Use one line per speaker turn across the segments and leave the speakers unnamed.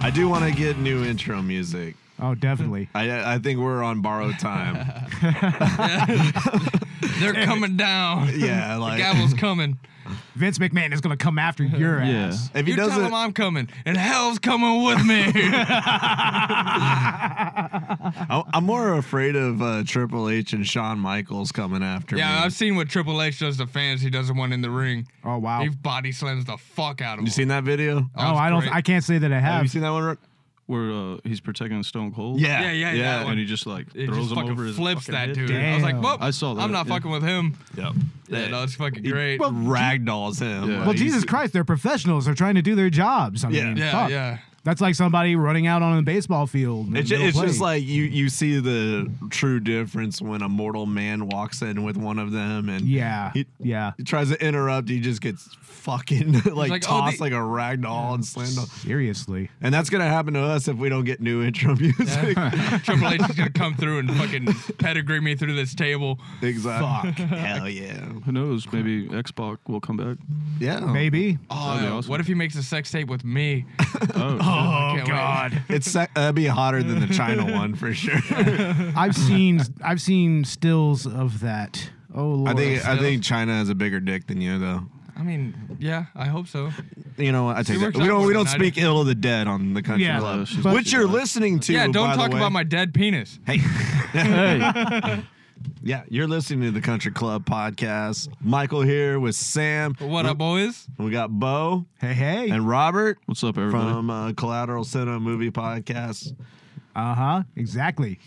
I do want to get new intro music.
Oh, definitely.
I I think we're on borrowed time.
They're coming down.
Yeah, like
Gavel's coming.
Vince McMahon is gonna come after your
Yeah.
ass.
if he
You tell
doesn't,
him I'm coming, and hell's coming with me.
I, I'm more afraid of uh, Triple H and Shawn Michaels coming after me.
yeah, I've seen what Triple H does to fans he doesn't want in the ring.
Oh wow.
He body slams the fuck out of
you
him.
seen that video?
oh, I don't. I can't say that I
Have
have.
you seen that one? Ro-
Where uh, he's protecting Stone Cold. Oh,
Yeah,
Yeah, yeah, that
And
one.
he just like
It
throws
just
him over
fucking
his
flips
fucking
that
head.
dude. I was like,
Damn.
well,
I saw that,
I'm not
yeah.
fucking with him.
Yep.
Yeah, no, it's fucking great.
Well, ragdolls him.
Yeah.
Like,
well,
he's-
Jesus Christ, they're professionals. They're trying to do their jobs. I
Yeah.
mean,
yeah,
fuck.
yeah.
That's like somebody running out on a baseball field. in the
It's, ju-
middle
it's
of
just
play.
like you, you see the true difference when a mortal man walks in with one of them and
yeah,
he,
yeah.
he tries to interrupt. He just gets fucking like,
like, oh,
tossed
the-
like a rag doll and slammed. on-
Seriously,
And that's gonna happen to us if we don't get new intro music.
Triple H is gonna come through and fucking pedigree me through this table.
exactly. Hell yeah.
Who knows? Maybe Xbox will come back.
Yeah.
maybe.
Oh,
That'd be awesome.
what if he makes a sex tape with me?
Oh,
Oh God!
It's sec- that'd be hotter than the China one for sure.
I've seen I've seen stills of that. Oh lord.
I think uh, I think China has a bigger dick than you though.
I mean, yeah, I hope so.
You know what? I take
See,
that.
we're
We don't we
talking
don't
about
speak ill of the dead on the country
Yeah.
club,
Yeah, she's
which
not-
you're listening to.
yeah,
by
don't
the
talk
way.
about my dead penis.
Hey,
hey,
yeah, you're listening to the Country Club podcast. Michael here with Sam.
What up, boys?
We got Bo
Hey hey.
and Robert
what's up, everybody?
from uh, Collateral Cinema Movie Podcast.
Uh huh. Exactly.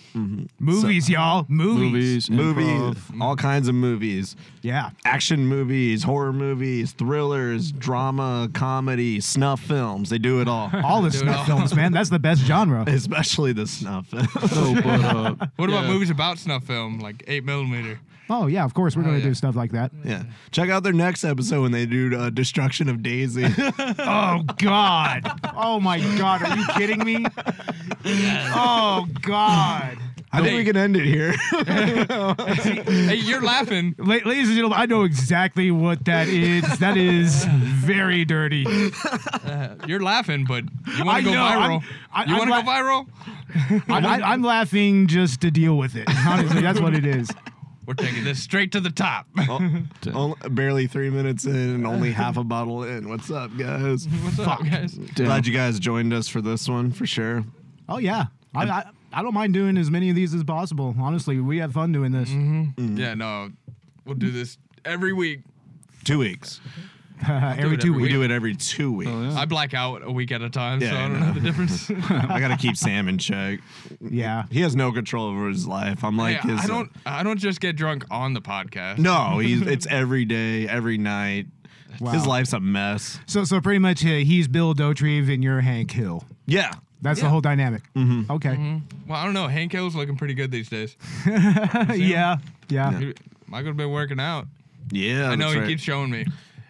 Movies, y'all. Movies.
Movies,
Mm-hmm. Movies,
improv.
all kinds of movies.
Yeah.
action movies, horror movies, thrillers, drama, comedy, snuff films. They do it all.
All the
Do it all.
snuff films, man. That's the best genre.
Especially the snuff films.
No, but, uh,
What
yeah.
about movies about snuff film, like eight millimeter?
Oh yeah, of course we're gonna
yeah.
do stuff like that.
yeah. Check out their next episode when they do uh, Destruction of Daisy.
Oh God. oh my God. Are you kidding me? Oh God.
I think we can end it here.
Hey, you're laughing.
La- Ladies and gentlemen, I know exactly what that is. That is very dirty.
You're laughing, but
I
you want to go
know, I'm-
viral.
I-
you
I'm
want to
la-
go viral?
I, I, I'm laughing just to deal with it. Honestly, that's what it is.
We're taking this straight to the top.
Only- barely three minutes in and only half a bottle in. What's up, guys?
What's up, guys?
Damn.
Glad you guys joined us for this one for sure.
Oh yeah. I, I, I don't mind doing as many of these as possible. Honestly, we have fun doing this.
Yeah, no, we'll do this every week.
Two weeks.
Uh, every
it
two
every
We
weeks.
do it every two weeks.
Oh, yeah.
I black out a week at a time,
Yeah,
so I
I
don't
know.
know the difference. yeah,
I gotta keep Sam in check.
Yeah.
He has no control over his life. I'm like his.
I
uh,
don't. I don't just get drunk on the podcast.
No, he's it's every day, every night. His
Wow.
life's a mess.
So so pretty much uh, he's Bill Dotrieve and you're Hank Hill.
Yeah.
That's the whole dynamic. Okay.
Well, I don't know. Hank Hill's looking pretty good these days.
yeah. Yeah.
He- Michael's been working out.
Yeah.
I know
Oh, that's
he
right.
keeps showing me.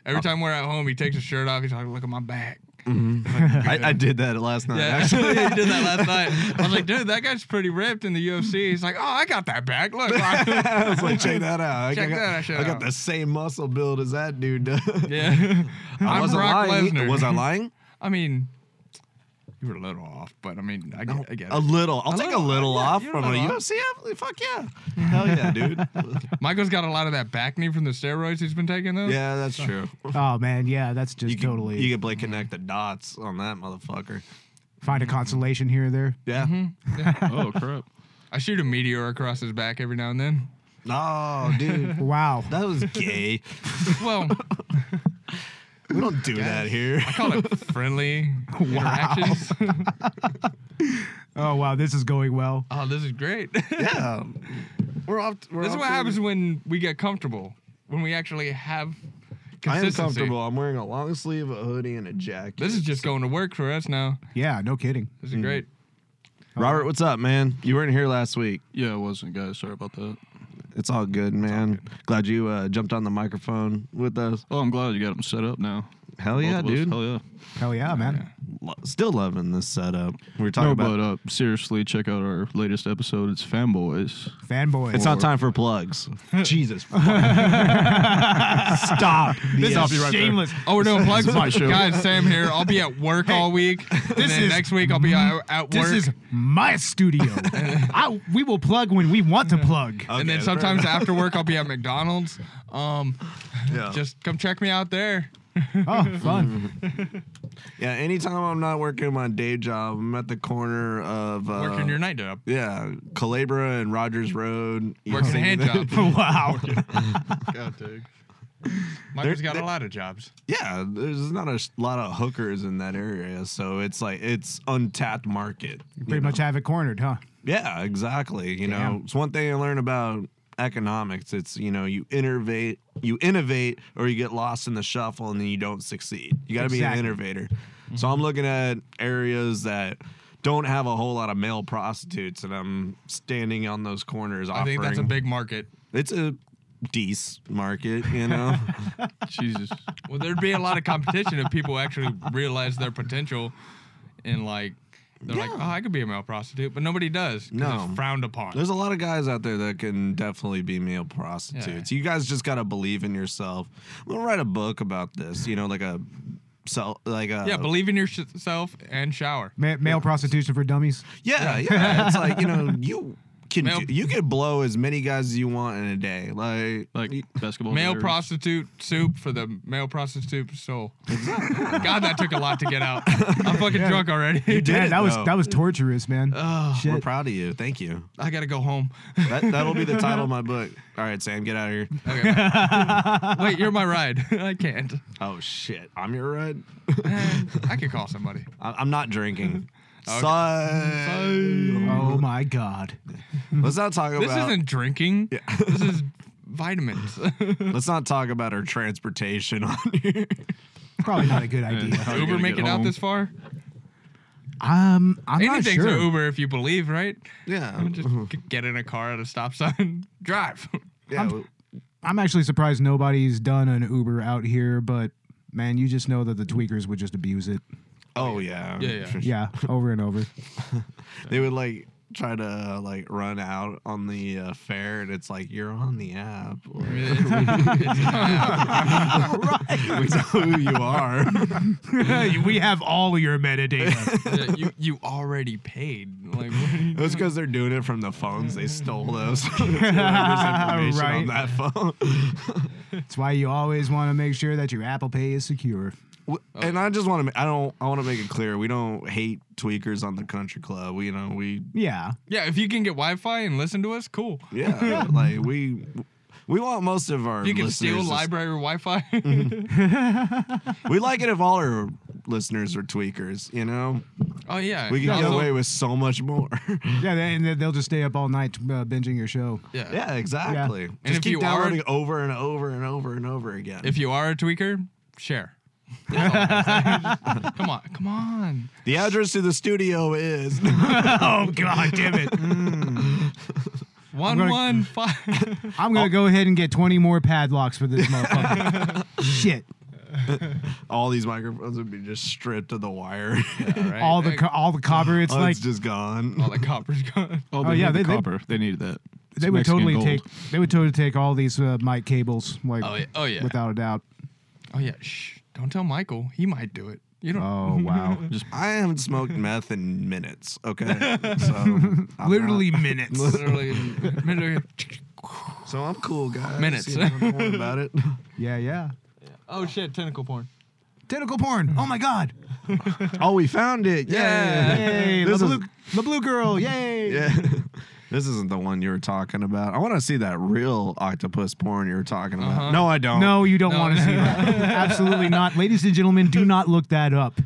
Every time we're at home, he takes his shirt off. He's like, "Look at my back."
I, I did that last night,
Yeah,
actually.
actually, he did that last night. I was like, "Dude, that guy's pretty ripped in the UFC." He's like, "Oh, I got that back. Look."
I was like, check that out. I
Check
got,
that shit
I got
out.
the same muscle build as that dude does.
yeah,
I
I'm
wasn't
Brock
lying.
Lesnar.
Was I lying?
I mean, you were a little off, but I mean, I get, I get
A
it.
little. I'll take a little
little, yeah,
off
you're a
from a
little off.
UFC. athlete. Fuck yeah. Hell yeah, dude.
Michael's got a lot of that back knee from the steroids he's been taking, though.
yeah, that's true.
Oh man, yeah, that's just
You can,
totally
You can play connect the dots on that motherfucker.
find a consolation here or there.
Yeah.
Mm-hmm.
oh crap.
I shoot a meteor across his back every now and then.
Oh, dude.
Wow.
That was gay.
Well,
We don't do that here.
I call it friendly interactions.
Oh wow, this is going well.
Oh, this is great.
Yeah. We're off. We're
this is
off
what
to-
happens when we get comfortable, when we actually have
I am
consistency.
comfortable. I'm wearing a long sleeve, a hoodie, and a jacket.
This is just going to work for us now.
Yeah, no kidding.
This
Hmm.
is great.
Robert, what's up, man? You weren't here last week.
Yeah, it wasn't, guys. Sorry about that.
It's all good, man. Glad you uh, jumped on the microphone with us.
Oh, I'm glad you got them set up now.
Hell yeah,
Both of us.
dude.
Hell yeah.
Hell yeah, man.
lo- still loving this setup. We were talking
No,
about.
but uh, seriously, check out our latest episode. It's Fanboys.
Fanboy.
it's not time for plugs. Jesus. Stop.
This
Yeah.
is
be right there.
shameless.
Oh, we're doing plugs.
my show.
Guys, Sam here. I'll be at work all week.
this
and then
is-
next week. I'll be at, at
This
work.
is my studio. I, we will plug when we want to plug.
and then
Okay, fair
sometimes after work, I'll be at McDonald's. Um,
Yeah.
just come check me out there.
Oh, fun.
yeah. Anytime I'm not working my day job, I'm at the corner of. Uh,
Working your night job.
Yeah, Calabria and Rogers Road. You
Working
see
a hand
that?
job.
wow.
God, dude. Michael's got a lot of jobs.
Yeah, there's not a sh- lot of hookers in that area, so it's like it's untapped market. you
Pretty
know?
much have it cornered, huh?
Yeah, exactly. You know,
Damn.
it's one thing I learn about economics. It's you know you innovate, you innovate, or you get lost in the shuffle and then you don't succeed. You got to be
Exactly.
an innovator.
Mm-hmm.
So I'm looking at areas that don't have a whole lot of male prostitutes, and I'm standing on those corners
I
offering.
think that's a big market.
it's a decent market, you know.
Jesus.
Well, there'd be a lot of competition if people actually realized their potential and like they're like, oh, I could be a male prostitute, but nobody does. 'cause
No.
it's frowned upon.
There's a lot of guys out there that can definitely be male prostitutes. You guys just gotta believe in yourself. I'm gonna write a book about this. You know, like a self, like a
yeah, believe in yourself and shower.
Ma- male prostitution for dummies.
yeah, yeah. It's like you know you can
Male-
do, you can blow as many guys as you want in a day. Like
Like basketball.
Male
players.
prostitute soup for the male prostitute soul. God, that took a lot to get out. I'm fucking drunk already.
did
Man,
it,
that was
though.
that was torturous, man.
oh, we're
Shit.
proud of you. Thank you.
I gotta go home.
That that'll be the title of my book. All right, Sam, get out of here.
Okay, bye. Wait, you're my ride. I can't.
Oh shit, I'm your red.
I could call somebody.
I- I'm not drinking.
Okay.
Son.
oh my god.
Let's not talk
This
about.
isn't drinking. This is vitamins.
Let's not talk about our transportation on here.
Probably not a good
Man,
idea.
how are you
Uber
gonna
make
get
it out
home?
this far?
Um, I'm
Anything's
not sure.
an Uber if you believe, right?
Yeah.
I'm just g- get in a car at a stop sign, drive.
yeah.
I'm-
well,
I'm actually surprised nobody's done an Uber out here, but man, you just know that the tweakers would just abuse it.
oh yeah.
Yeah, yeah.
Sure, sure.
Yeah, over and over.
They would like try to like run out on the uh, fare, and it's like you're on the app. Or, we know who you are.
we have all your metadata.
Yeah, you you already paid. Like, what are you-
That's because they're doing it from the phones. They stole those. There's information on
Right.
that phone.
That's why you always want to make sure that your Apple Pay is secure.
W- And I just want to. I don't. I want to make it clear. We don't hate tweakers on the country club. We, you know, we
Yeah.
yeah, if you can get Wi-Fi and listen to us, cool.
yeah, like we. We want most of our
If you can steal
listeners to
library Wi-Fi.
We like it if all our listeners are tweakers, you know?
oh yeah,
We can
Yeah,
get
so-
away with so much more.
Yeah, they, and they'll just stay up all night uh, binging your show.
Yeah.
yeah, exactly. Just
if
keep
you are-
downloading over and over and over and over again.
If you are a tweaker, share. come on, come on.
the address to the studio is
Oh God, damn it!
One
gonna-
one five.
I'm gonna go ahead and get 20 more padlocks for this motherfucker. Shit.
all these microphones would be just stripped of the wire.
right.
all the
Hey,
co- all the copper. It's
Oh,
like
it's just gone.
all the copper's gone.
Oh,
Oh, yeah,
yeah,
they-
they,
they-
copper. They needed that. It's
they would
Mexican
totally
gold.
take they would totally take all these uh, mic cables like
Oh, yeah. Oh, yeah.
without a doubt.
Oh yeah, shh. Don't tell Michael. He might do it. You don't.
Oh wow.
I haven't smoked meth in minutes, okay? So I'm not-
minutes.
literally, literally.
so I'm cool, guys.
Minutes.
You know, don't worry about it.
Yeah, yeah.
Oh shit, tentacle porn.
Tentacle porn. Oh my god.
Oh, we found it.
Yeah.
Yay.
This
the,
is-
blue, the blue girl. Yay.
Yeah. This isn't the one you were talking about. I want to see that real octopus porn you were talking about.
Uh-huh.
No, I don't.
No, you don't
No.
want to see that. Absolutely not. Ladies and gentlemen, do not look that up.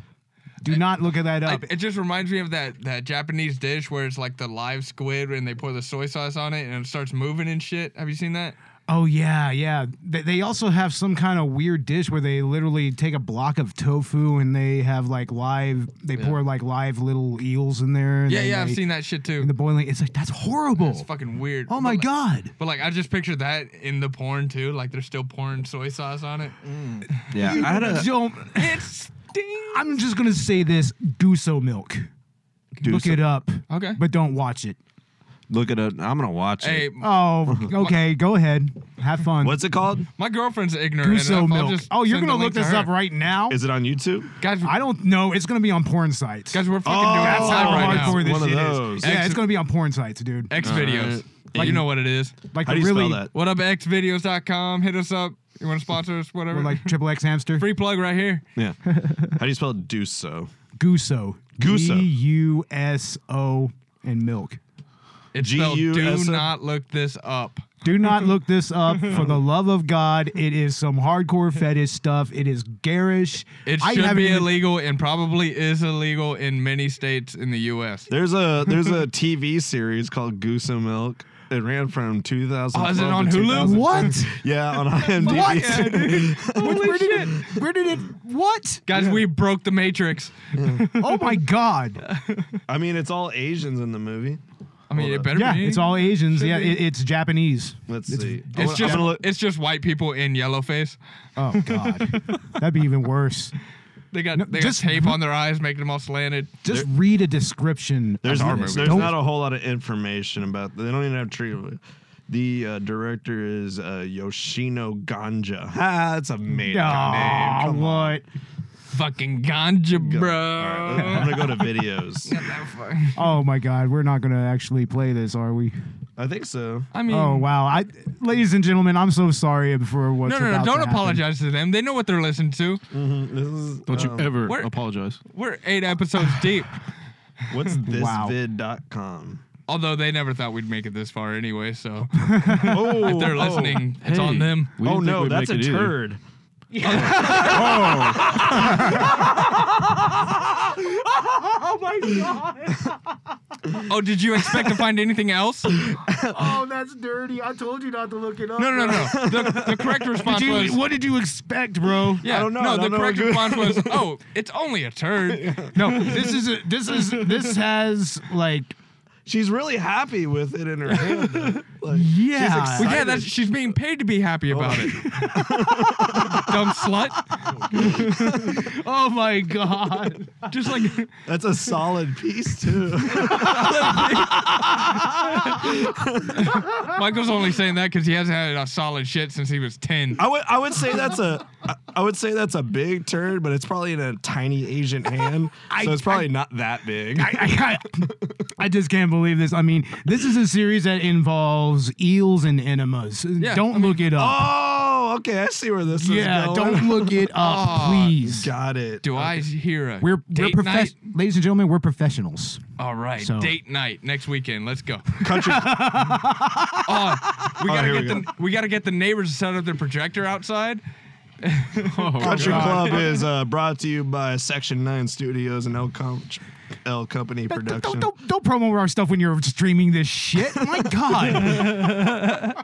Do not look at that
I,
up.
it just reminds me of that that Japanese dish where it's like the live squid and they pour the soy sauce on it and it starts moving and shit. Have you seen that?
Oh yeah, yeah. They, they also have some kind of weird dish where they literally take a block of tofu and they have like live. They pour like live little eels in there. and
Yeah,
then
yeah, I've
they-
seen that shit too.
In the boiling, it's like that's horrible.
It's fucking weird.
oh my
But, like-
god.
But like, I just picture that in the
Mm.
porn too. Like they're still pouring soy sauce on it.
Yeah, I had a
Don't.
It's
I'm just gonna say this: Duso milk.
Do
Look
some-
it up,
Okay.
but don't watch it.
Look at it. I'm gonna watch
Hey,
it.
Oh, okay. Go ahead. Have fun.
What's it called?
my girlfriend's ignorant.
Guso
enough. I'll
milk?
just
Oh, you're
send
gonna
the
look
link to
this
her.
up right now?
Is it on YouTube?
guys.
I don't know. It's gonna be on porn sites.
guys, we're fucking doing
that's
that
That's how
Oh,
right now.
hardcore this
One of
shit
those.
is. Yeah,
Ex-
it's gonna be on porn sites, dude.
X videos.
Alright.
Like you know what it is.
Like
How
the
do you spell
really,
that?
What up, xvideos.com? Hit us up. You want to sponsor us? Whatever.
We're like triple X hamster.
free plug right here.
Yeah. How do you spell do so?
Guso.
Guso.
G U S O and milk.
It's spelled do
G-U-S-O?
not look this up.
Do not look this up for the love of God. It is some hardcore fetish stuff. It is garish.
It
I
should
haven't
be
even-
illegal and probably is illegal in many states in the U.S.
There's a there's a TV series called Goose and Milk. It ran from 2000.
Oh, is it on Hulu?
What?
Yeah, on IMDb.
Holy shit.
Where did it? What?
Guys, we broke the Matrix.
Oh my God!
I mean, it's all Asians in the movie.
I mean, it better
Yeah,
be.
it's all Asians.
Should
Yeah,
be.
it, it's Japanese.
Let's see. I'm
It's
gonna- I'm
just
gonna look-
it's just white people in yellow face.
Oh God, that'd be even worse.
They got
No,
they
just-
got tape on their eyes, making them all slanted.
Just read a description. of
There's,
this.
there's
Don't-
not a whole lot of information about. They don't even have tree. The uh, director is uh, Yoshino Ganja. Ha, that's a made up name.
Aw,
Come on.
what?
Fucking ganja,
Go-
bro.
All right, I'm gonna go to videos.
Oh my God, we're not gonna actually play this, are we?
I think so.
I mean,
Oh wow! I, ladies and gentlemen, I'm so sorry for what's
no, no,
about
no.
to
Don't
happen.
apologize to them. They know what they're listening to.
This is,
Don't you
um,
ever
where-
apologize.
We're eight episodes deep.
What's
Wow.
thisvid.com?
Although they never thought we'd make it this far anyway, so
Oh,
if they're listening, it's on them.
We
Oh,
didn't think
no,
we'd
that's a
make it either.
turd.
Oh, did you expect to find anything else? No,
Oh, that's dirty. I told you not to look it up.
no, no. no. The, the correct response was.
what did you expect, bro?
Yeah,
don't know.
No,
I
the
don't know
correct
what
response was, "Oh, it's only a turd."
No, this is a, this is this has like
She's really happy with it in her hand. though. Like,
yeah.
excited.
Well, yeah, that's she's being paid to be
Oh.
happy about it. Dumb slut.
oh my god.
Just like
that's a solid piece too.
Michael's only saying that because he hasn't had a solid shit since he was ten.
I would I would say that's a I- I would say that's a big turd, but it's probably in a tiny Asian hand, so it's probably not that big.
I, I, I just can't believe this. I mean, this is a series that involves eels and enemas. don't
I mean-
look it up.
oh, okay, I see where this
yeah,
is going. Oh,
don't look it up,
Aw,
please.
Got it.
Do I hear a
We're
date
we're
night?
profe- ladies and gentlemen, we're professionals.
All right,
So-
date night next weekend. Let's go.
Country.
Oh, we gotta
here
get
we
the we gotta get the neighbors to set up their projector outside.
Oh,
Country Club is uh, brought to you by Section 9 Studios and L, Com- L Company
Don't,
Production.
don't, don't, don't promo our stuff when you're streaming this shit. My God.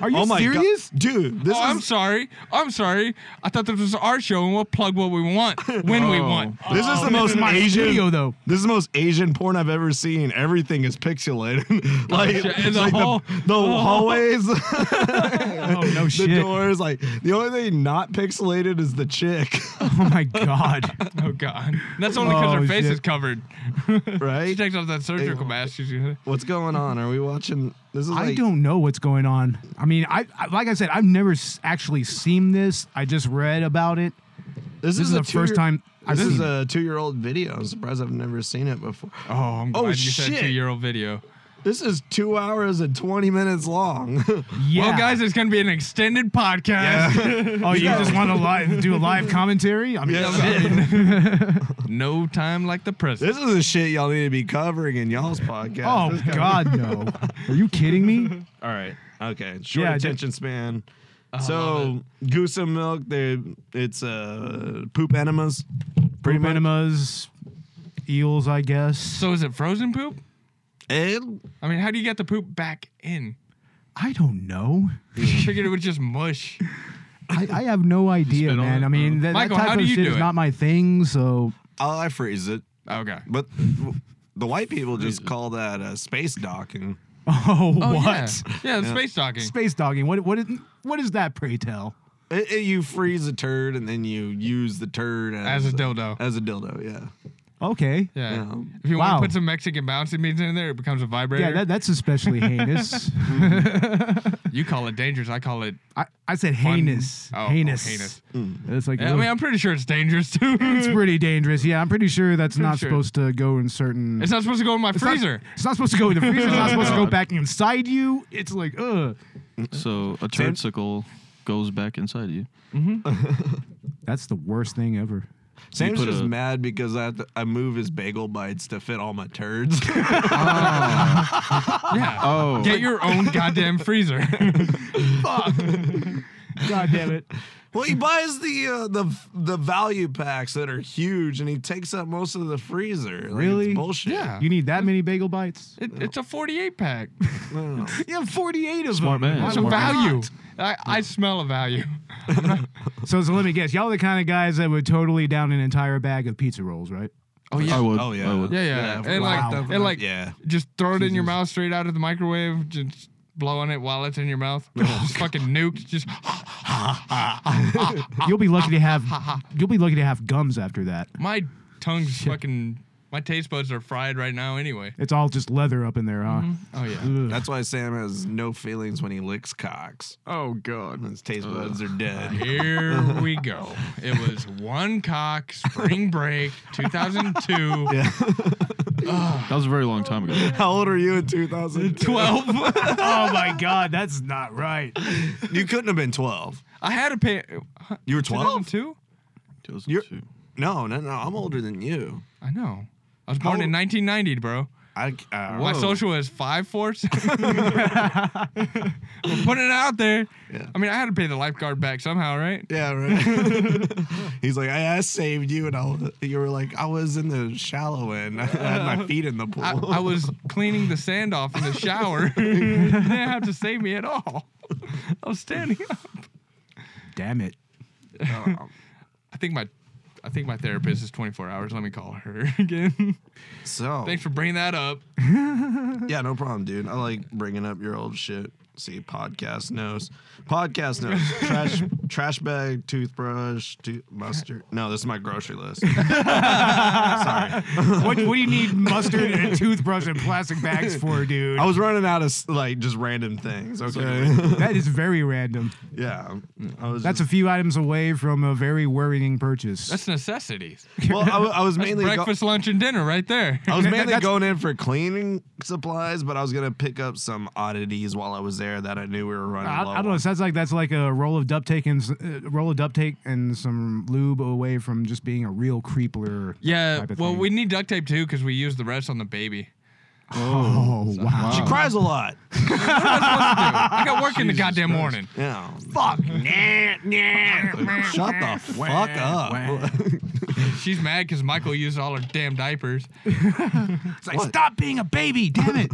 Are you
oh my
serious?
God. Dude, this
oh, I'm
is
sorry. I'm sorry. I thought this was our show and we'll plug what we want when we want.
this is the most
Um, my
Asian
studio, though.
This is the most Asian porn I've ever seen. Everything is pixelated. like,
shit. And the
like
hall-
the, the hallways, the
Oh, no shit.
doors. Like the only thing not pixelated is the chick,
Oh my God.
Oh God, that's only because
Oh,
her face
shit.
is covered. She
right?
takes off that surgical mask. She's gonna.
What's going on? Are we watching? This is
I
like
don't know what's going on. I mean, I, I like I said, I've never s- actually seen this. I just read about it.
this,
This is
a
the first
two-year-
time I've
This is
seen it.
a two-year-old video. I'm surprised I've never seen it before.
Oh, I'm glad
Oh,
you said
shit.
two-year-old video.
This is two hours and 20 minutes long.
Yeah.
Well, Oh, guys, it's gonna be an extended podcast.
oh, you just want to live, do a live commentary? I mean,
no time like the present.
this is the shit y'all need to be covering in y'all's podcast.
oh
This guy-
God, no. Are you kidding me?
All right. Okay. Short
Yeah, I did-
attention span. so goose and milk, they it's uh poop enemas.
Pretty
Poop enemas.
enemas, eels, I guess.
So is it frozen poop?
And
I mean, how do you get the poop back in?
I don't know.
I figured it was just mush.
I, I have no idea,
spit on
man.
it?
I mean, that,
Michael,
that
how
type
do
of
you
shit
do
is
it?
not my thing. So
oh, I freeze it.
Okay.
But the white people just call that uh, space docking.
Oh,
Oh,
what?
Yeah, yeah the space talking.
Space dogging. What what is what is that? Pray tell.
It- it- you freeze a turd and then you use the turd as,
As a dildo.
As a dildo, yeah.
Okay.
Yeah.
Yeah.
If you
Wow.
want to put some Mexican bouncy beads in there, it becomes a vibrator.
Yeah, that, that's especially heinous.
you call it dangerous. I call it.
I, I said
fun-
heinous.
Oh, oh,
heinous. Hmm.
heinous.
It's like
Yeah, I mean, I'm pretty sure it's dangerous too.
it's pretty dangerous. Yeah, I'm pretty sure that's
Pretty
not
sure.
supposed to go in certain.
It's not supposed to go in my
It's not-
freezer.
It's not supposed to go in the freezer. It's not supposed to go back inside you. It's like, ugh.
So a
Sam-
turnsicle goes back inside you.
That's the worst thing ever.
Sam's
put
just
a-
mad because I have to, I move his bagel bites to fit all my turds.
yeah.
Oh,
Get your own goddamn freezer.
God damn it.
well, he buys the uh, the the value packs that are huge, and he takes up most of the freezer. Like, it's
Really?
bullshit.
Yeah.
You need that many bagel bites?
It- it's a 48 pack.
No.
You have 48 of
Smart
them.
man.
Why
It's
That's
a
would-
Smart
value. I, I smell a value.
So, so let me guess. Y'all are the kind of guys that would totally down an entire bag of pizza rolls, right?
Oh
I would.
Oh
I
yeah.
would.
Yeah, yeah. And
like-
Wow.
and like-
yeah.
Just throw it in your mouth straight out of the microwave. Just blowing it while it's in your mouth. Just fucking nuked. Just
You'll be lucky to have you'll be lucky to have gums after that.
my tongue's fucking. My taste buds are fried right now anyway.
It's all just leather up in there, huh?
Oh yeah.
Ugh.
That's why Sam has no feelings when he licks cocks.
Oh god.
His taste buds are dead.
Here we go. It was one cock spring break 2002.
That was a very long time ago.
How old are you in 2002?
12.
oh my god, that's not right.
You couldn't have been 12.
I had a pay.
You were 12?
2002?
You're-
2002.
No, no, no. I'm older than you.
I know. I was born
How-
in 1990, bro.
I, uh,
My social is five fourths. We're putting it out there.
Yeah.
I mean, I had to pay the lifeguard back somehow, right?
Yeah, right. He's like, I, I saved you, and I, was- you were like, I was in the shallow end. I had my feet in the pool.
I, I was cleaning the sand off in the shower. they didn't have to save me at all. I was standing up.
Damn it.
I think my, I think my therapist is 24 hours. Let me call her again.
so
Thanks for bringing that up.
yeah, no problem, dude. I like bringing up your old shit. See, podcast knows. Podcast knows. trash, trash bag, toothbrush, to- mustard. No, this is my grocery list. Sorry,
What, what do you need mustard and a toothbrush and plastic bags for, dude?
I was running out of like just random things. Okay,
That is very random.
yeah, I was.
That's a
just,
few items away from a very worrying purchase.
That's necessities.
well, I, wa- I was mainly go- Oh.
Breakfast, lunch, and dinner right there.
I was
That-
mainly
that's-
going in for cleaning supplies, but I was gonna pick up some oddities while I was there that I knew we were running
I,
low.
I don't know. It
on.
sounds like that's like a roll of duct tape and s- uh, roll of duct tape and some lube away from just being a real creepler.
Yeah,
type of
well,
thing.
we need duct tape too because we used the rest on the baby.
Oh wow!
She cries a lot.
I got work in the goddamn morning.
Yeah. Fuck. Shut the fuck up.
She's mad because Michael used all her damn diapers.
It's like stop being a baby, damn it!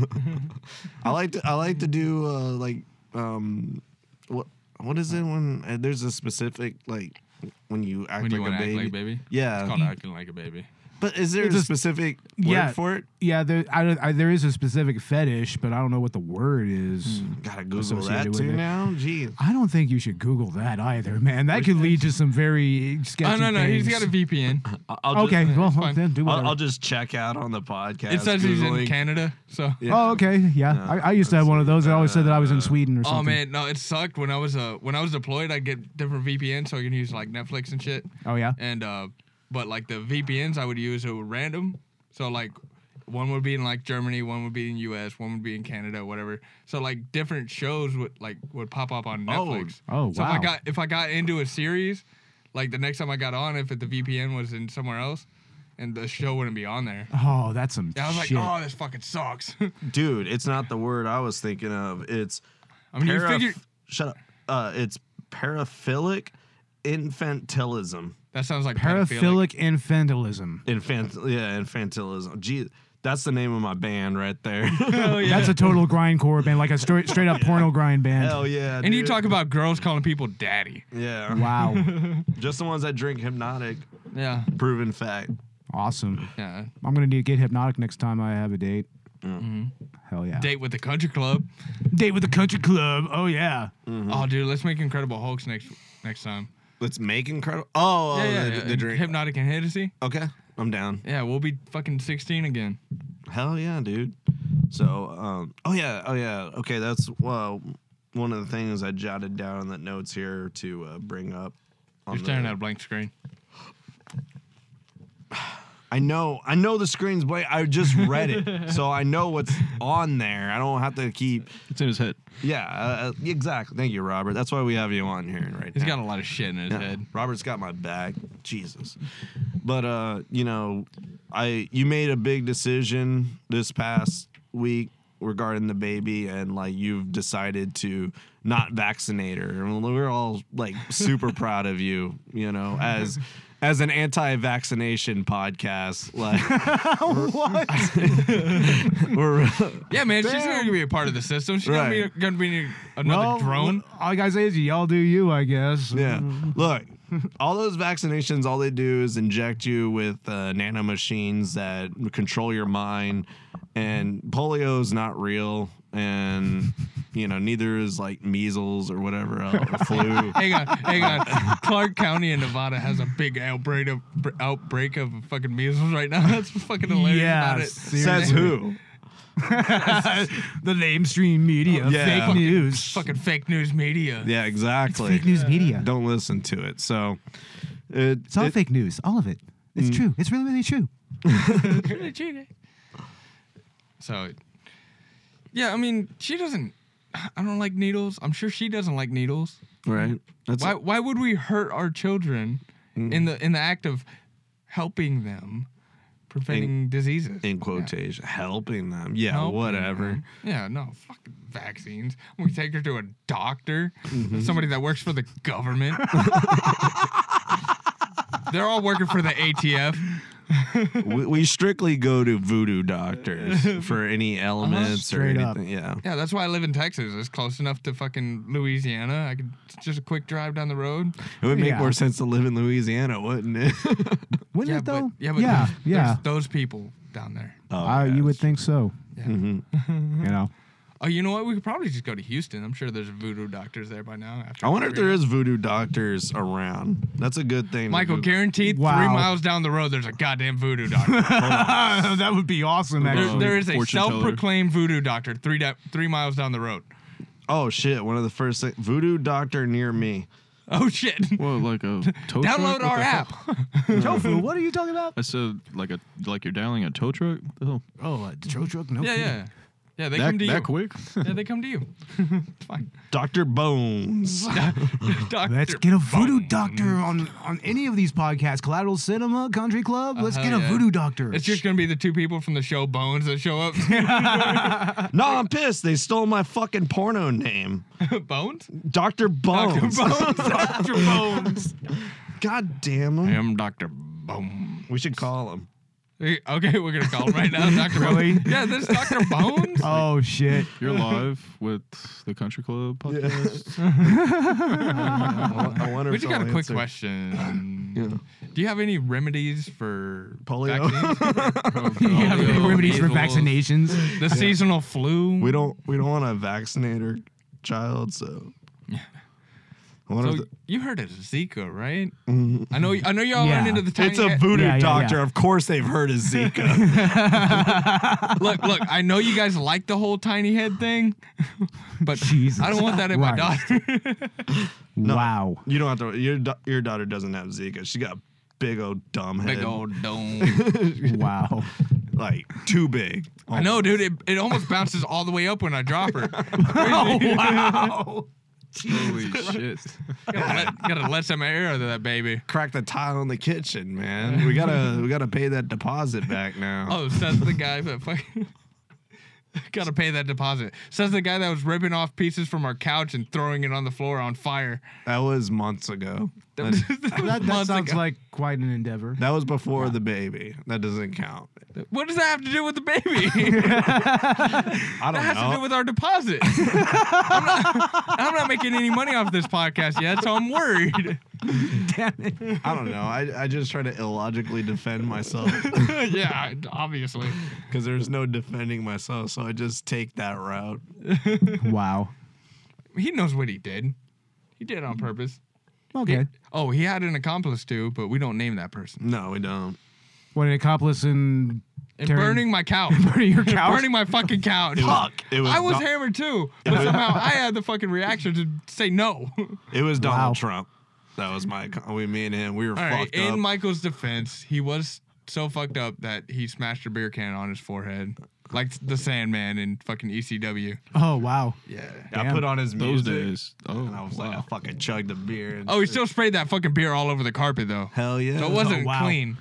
I like to. I like to do uh, like um, what what is it when uh, there's a specific like when you act
When
like
you
a
want to
baby.
act like a baby. It's
Yeah.
called acting like a baby.
But is there
It's
a
a s-
specific
Yeah.
word for it?
yeah, there I, don't- I, there is a specific fetish, but I don't know what the word is.
Hmm.
Gotta Google
Associated
that
with
too
it.
now. Jeez.
I don't think you should Google that either, man. That could lead to some very sketchy.
Oh no, no, he's got a
things.
VPN.
Okay, well
fine.
then do whatever.
I'll, I'll just check out on the podcast.
It says he's in
Googling.
Canada, so.
Yeah.
Oh, okay. Yeah. I, I used to have one of those. that always said that I was in Sweden or something.
Oh man, no, it sucked when I was uh when I was deployed. I'd get different VPNs so I can use like Netflix and shit.
Oh, yeah?
And uh, but like the VPNs I would use were random. So like, one would be in like Germany, one would be in U.S., one would be in Canada, whatever. So like different shows would like would pop up on Netflix.
Oh,
So if I
wow.
got if I got into a series, like the next time I got on, if it, the VPN was in somewhere else, and the show wouldn't be on there.
Oh, that's some
I was like,
shit.
oh, this fucking sucks.
Dude, it's not the word I was thinking of. It's
I mean,
paraph-
you figure
shut up. Uh, it's paraphilic infantilism.
that sounds like pedophilic.
Paraphilic infantilism.
Infant, yeah, infantilism. Gee, that's the name of my band right there.
Oh,
That's a total grindcore band, like a straight, straight up porno grind band.
Hell yeah!
And you
dude.
talk about girls calling people daddy.
yeah,
Wow,
just the ones that drink hypnotic.
Yeah.
Proven fact.
awesome.
Yeah.
I'm gonna need to get hypnotic next time I have a date.
Mm-hmm.
Hell yeah.
Date with the country club.
Date with the country club. Oh yeah.
Mm-hmm.
Oh, dude, let's make Incredible Hulks next next time.
Let's make incredible. Oh, oh, the, the
and
drink.
Hypnotic and Hennessy.
okay, I'm down.
Yeah, we'll be fucking 16 again.
Hell yeah, dude. So, um, oh yeah, oh yeah. Okay, that's well, one of the things I jotted down in the notes here to uh, bring up. on
You're staring
the-
at a blank screen.
I know, I know the screen's blank. I just read it, so I know what's on there. I don't have to keep.
It's in his head.
Yeah, uh, uh, exactly. Thank you, Robert. That's why we have you on here right
He's
now.
got a lot of shit in his
Yeah.
head.
Robert's got my back. Jesus. But uh, you know, I you made a big decision this past week regarding the baby and like you've decided to not vaccinate her. And we're all like super proud of you, you know, as as an anti-vaccination podcast, like
what?
we're
Yeah, man, she's not gonna be a part of the system. She's gonna
Right.
be gonna be another drone.
All I gotta say is y'all do you, I guess.
Yeah.
Mm-hmm.
Look, all those vaccinations, all they do is inject you with uh, nanomachines that control your mind. And polio is not real. And, you know, neither is like measles or whatever else, or flu.
Hang on, hang on. Clark County in Nevada has a big outbreak of br- outbreak of fucking measles right now. That's fucking hilarious
Yeah,
about it.
Says who?
the mainstream media,
Yeah.
fake
Fucking-
news,
Fucking fake news media.
Yeah, exactly.
fake news media.
Don't listen to it. So, it,
it's all
it- Mm.
fake news, all of it. It's true. It's really, really true.
So, yeah, I mean, she doesn't. I don't like needles. I'm sure she doesn't like needles.
right? That's
Why? Why would we hurt our children
Mm-hmm.
in the in the act of helping them, preventing diseases?
in quotation, helping them. Yeah,
Helping
whatever.
them. Yeah, no, fuck vaccines. We take her to a doctor,
Mm-hmm.
somebody that works for the government. They're all working for the ATF.
we, we strictly go to voodoo doctors for any elements or
Uh-huh. Straight up.
anything. Yeah.
Yeah, that's why I live in Texas. It's close enough to fucking Louisiana. I could it's just a quick drive down the road.
It would make
Yeah.
more sense to live in Louisiana, wouldn't it?
Wouldn't
Yeah,
it though?
but yeah, but
yeah,
there's,
yeah.
there's those people down there.
Oh,
Uh,
yeah.
you would think so.
Yeah.
You know.
Oh, you know what? We could probably just go to Houston. I'm sure there's voodoo doctors there by now. After
I wonder if there is voodoo doctors around. That's a good thing. to
Michael,
do.
guaranteed three
Wow.
miles down the road, there's a goddamn voodoo doctor.
that would be awesome.
there,
Actually.
there is a
Oh, Fortune teller.
self-proclaimed voodoo doctor three da- three miles down the road.
Oh shit! One of the first thing, voodoo doctor near me.
Oh shit!
Well, like a tow truck? What
Download
the
our
hell?
app.
Tofu. What are you talking about?
I said like a like you're dialing a tow truck. What The hell?
Oh, uh, Joe Drug. No.
Yeah, yeah, yeah. They come
That,
to you.
that quick?
Yeah, they come to you. it's fine.
Doctor Bones.
Doctor
Let's get a voodoo
Bones.
doctor on on any of these podcasts. Collateral Cinema, Country Club. Let's
Uh-huh,
get a
yeah.
voodoo doctor.
It's just gonna be the two people from the show Bones that show up.
no, I'm pissed. They stole my fucking porno name,
Bones?
Doctor Bones.
Bones. Dr. Bones.
God damn him.
I am Dr. Bones.
We should call him.
Okay, we're gonna call him right now, Dr.
Really?
Bones. Yeah, this is Dr. Bones.
oh shit.
You're live with the Country Club podcast.
I wa- I wonder.
we
if
just got a
they'll
quick
answer.
question. Do you have any remedies for
Polio.
vaccines?
You
Yeah,
have any
yeah.
remedies for
Measles,
vaccinations.
The seasonal flu.
We don't. We don't want to vaccinate her child. So. I wonder
So
if the-
you heard of Zika, right? I know. I know y'all
Yeah.
ran into the tiny.
It's a voodoo
Yeah, yeah,
doctor.
yeah.
Of course, they've heard of Zika.
look, look. I know you guys like the whole tiny head thing, but
Jesus
I don't want that in my
Christ.
daughter.
Wow.
you don't have to. Your da- your daughter doesn't have Zika. She got a big old dumb head.
Big old dome.
Wow.
like too big.
I know, dude. It, it almost bounces all the way up when I drop her.
Oh, wow.
Holy shit!
gotta, let, gotta let some air out of that baby.
Crack Oh, the tile in the kitchen, man. We gotta we gotta pay that deposit back now.
Oh, says the guy that fucking. Gotta pay that deposit. Says the guy that was ripping off pieces from our couch and throwing it on the floor on fire.
That was months ago. That,
That, that
Months
sounds
ago.
like quite an endeavor.
that was before the baby. That doesn't count.
What does that have to do with the baby?
I don't
That has
know.
to do with our deposit. I'm, not, I'm not making any money off this podcast yet, so I'm worried.
Damn it.
I don't know. I, I just try to illogically defend myself
yeah, I- obviously.
because there's no defending myself. So I just take that route.
Wow.
He knows what he did. He did it on purpose.
Okay.
Oh, he had an accomplice too, but we don't name that person.
No, we don't.
What an accomplice in
And
tearing-
burning my couch.
burning your couch.
Burning my fucking couch.
Fuck. It was
I was
Don-
hammered too, but somehow I had the fucking reaction to say no.
It was Donald
Wow.
Trump. That was my. co- We, me and him, we were
All right.
fucked up.
In Michael's defense, he was so fucked up that he smashed a beer can on his forehead, like the Sandman in fucking E ECW.
oh wow.
Yeah.
I
Damn.
put on his
Those
music.
days. Oh,
And I was like, I
wow.
fucking chugged a beer. And
Oh, he still sprayed that fucking beer all over the carpet though.
Hell yeah.
So it wasn't
Oh, wow.
clean.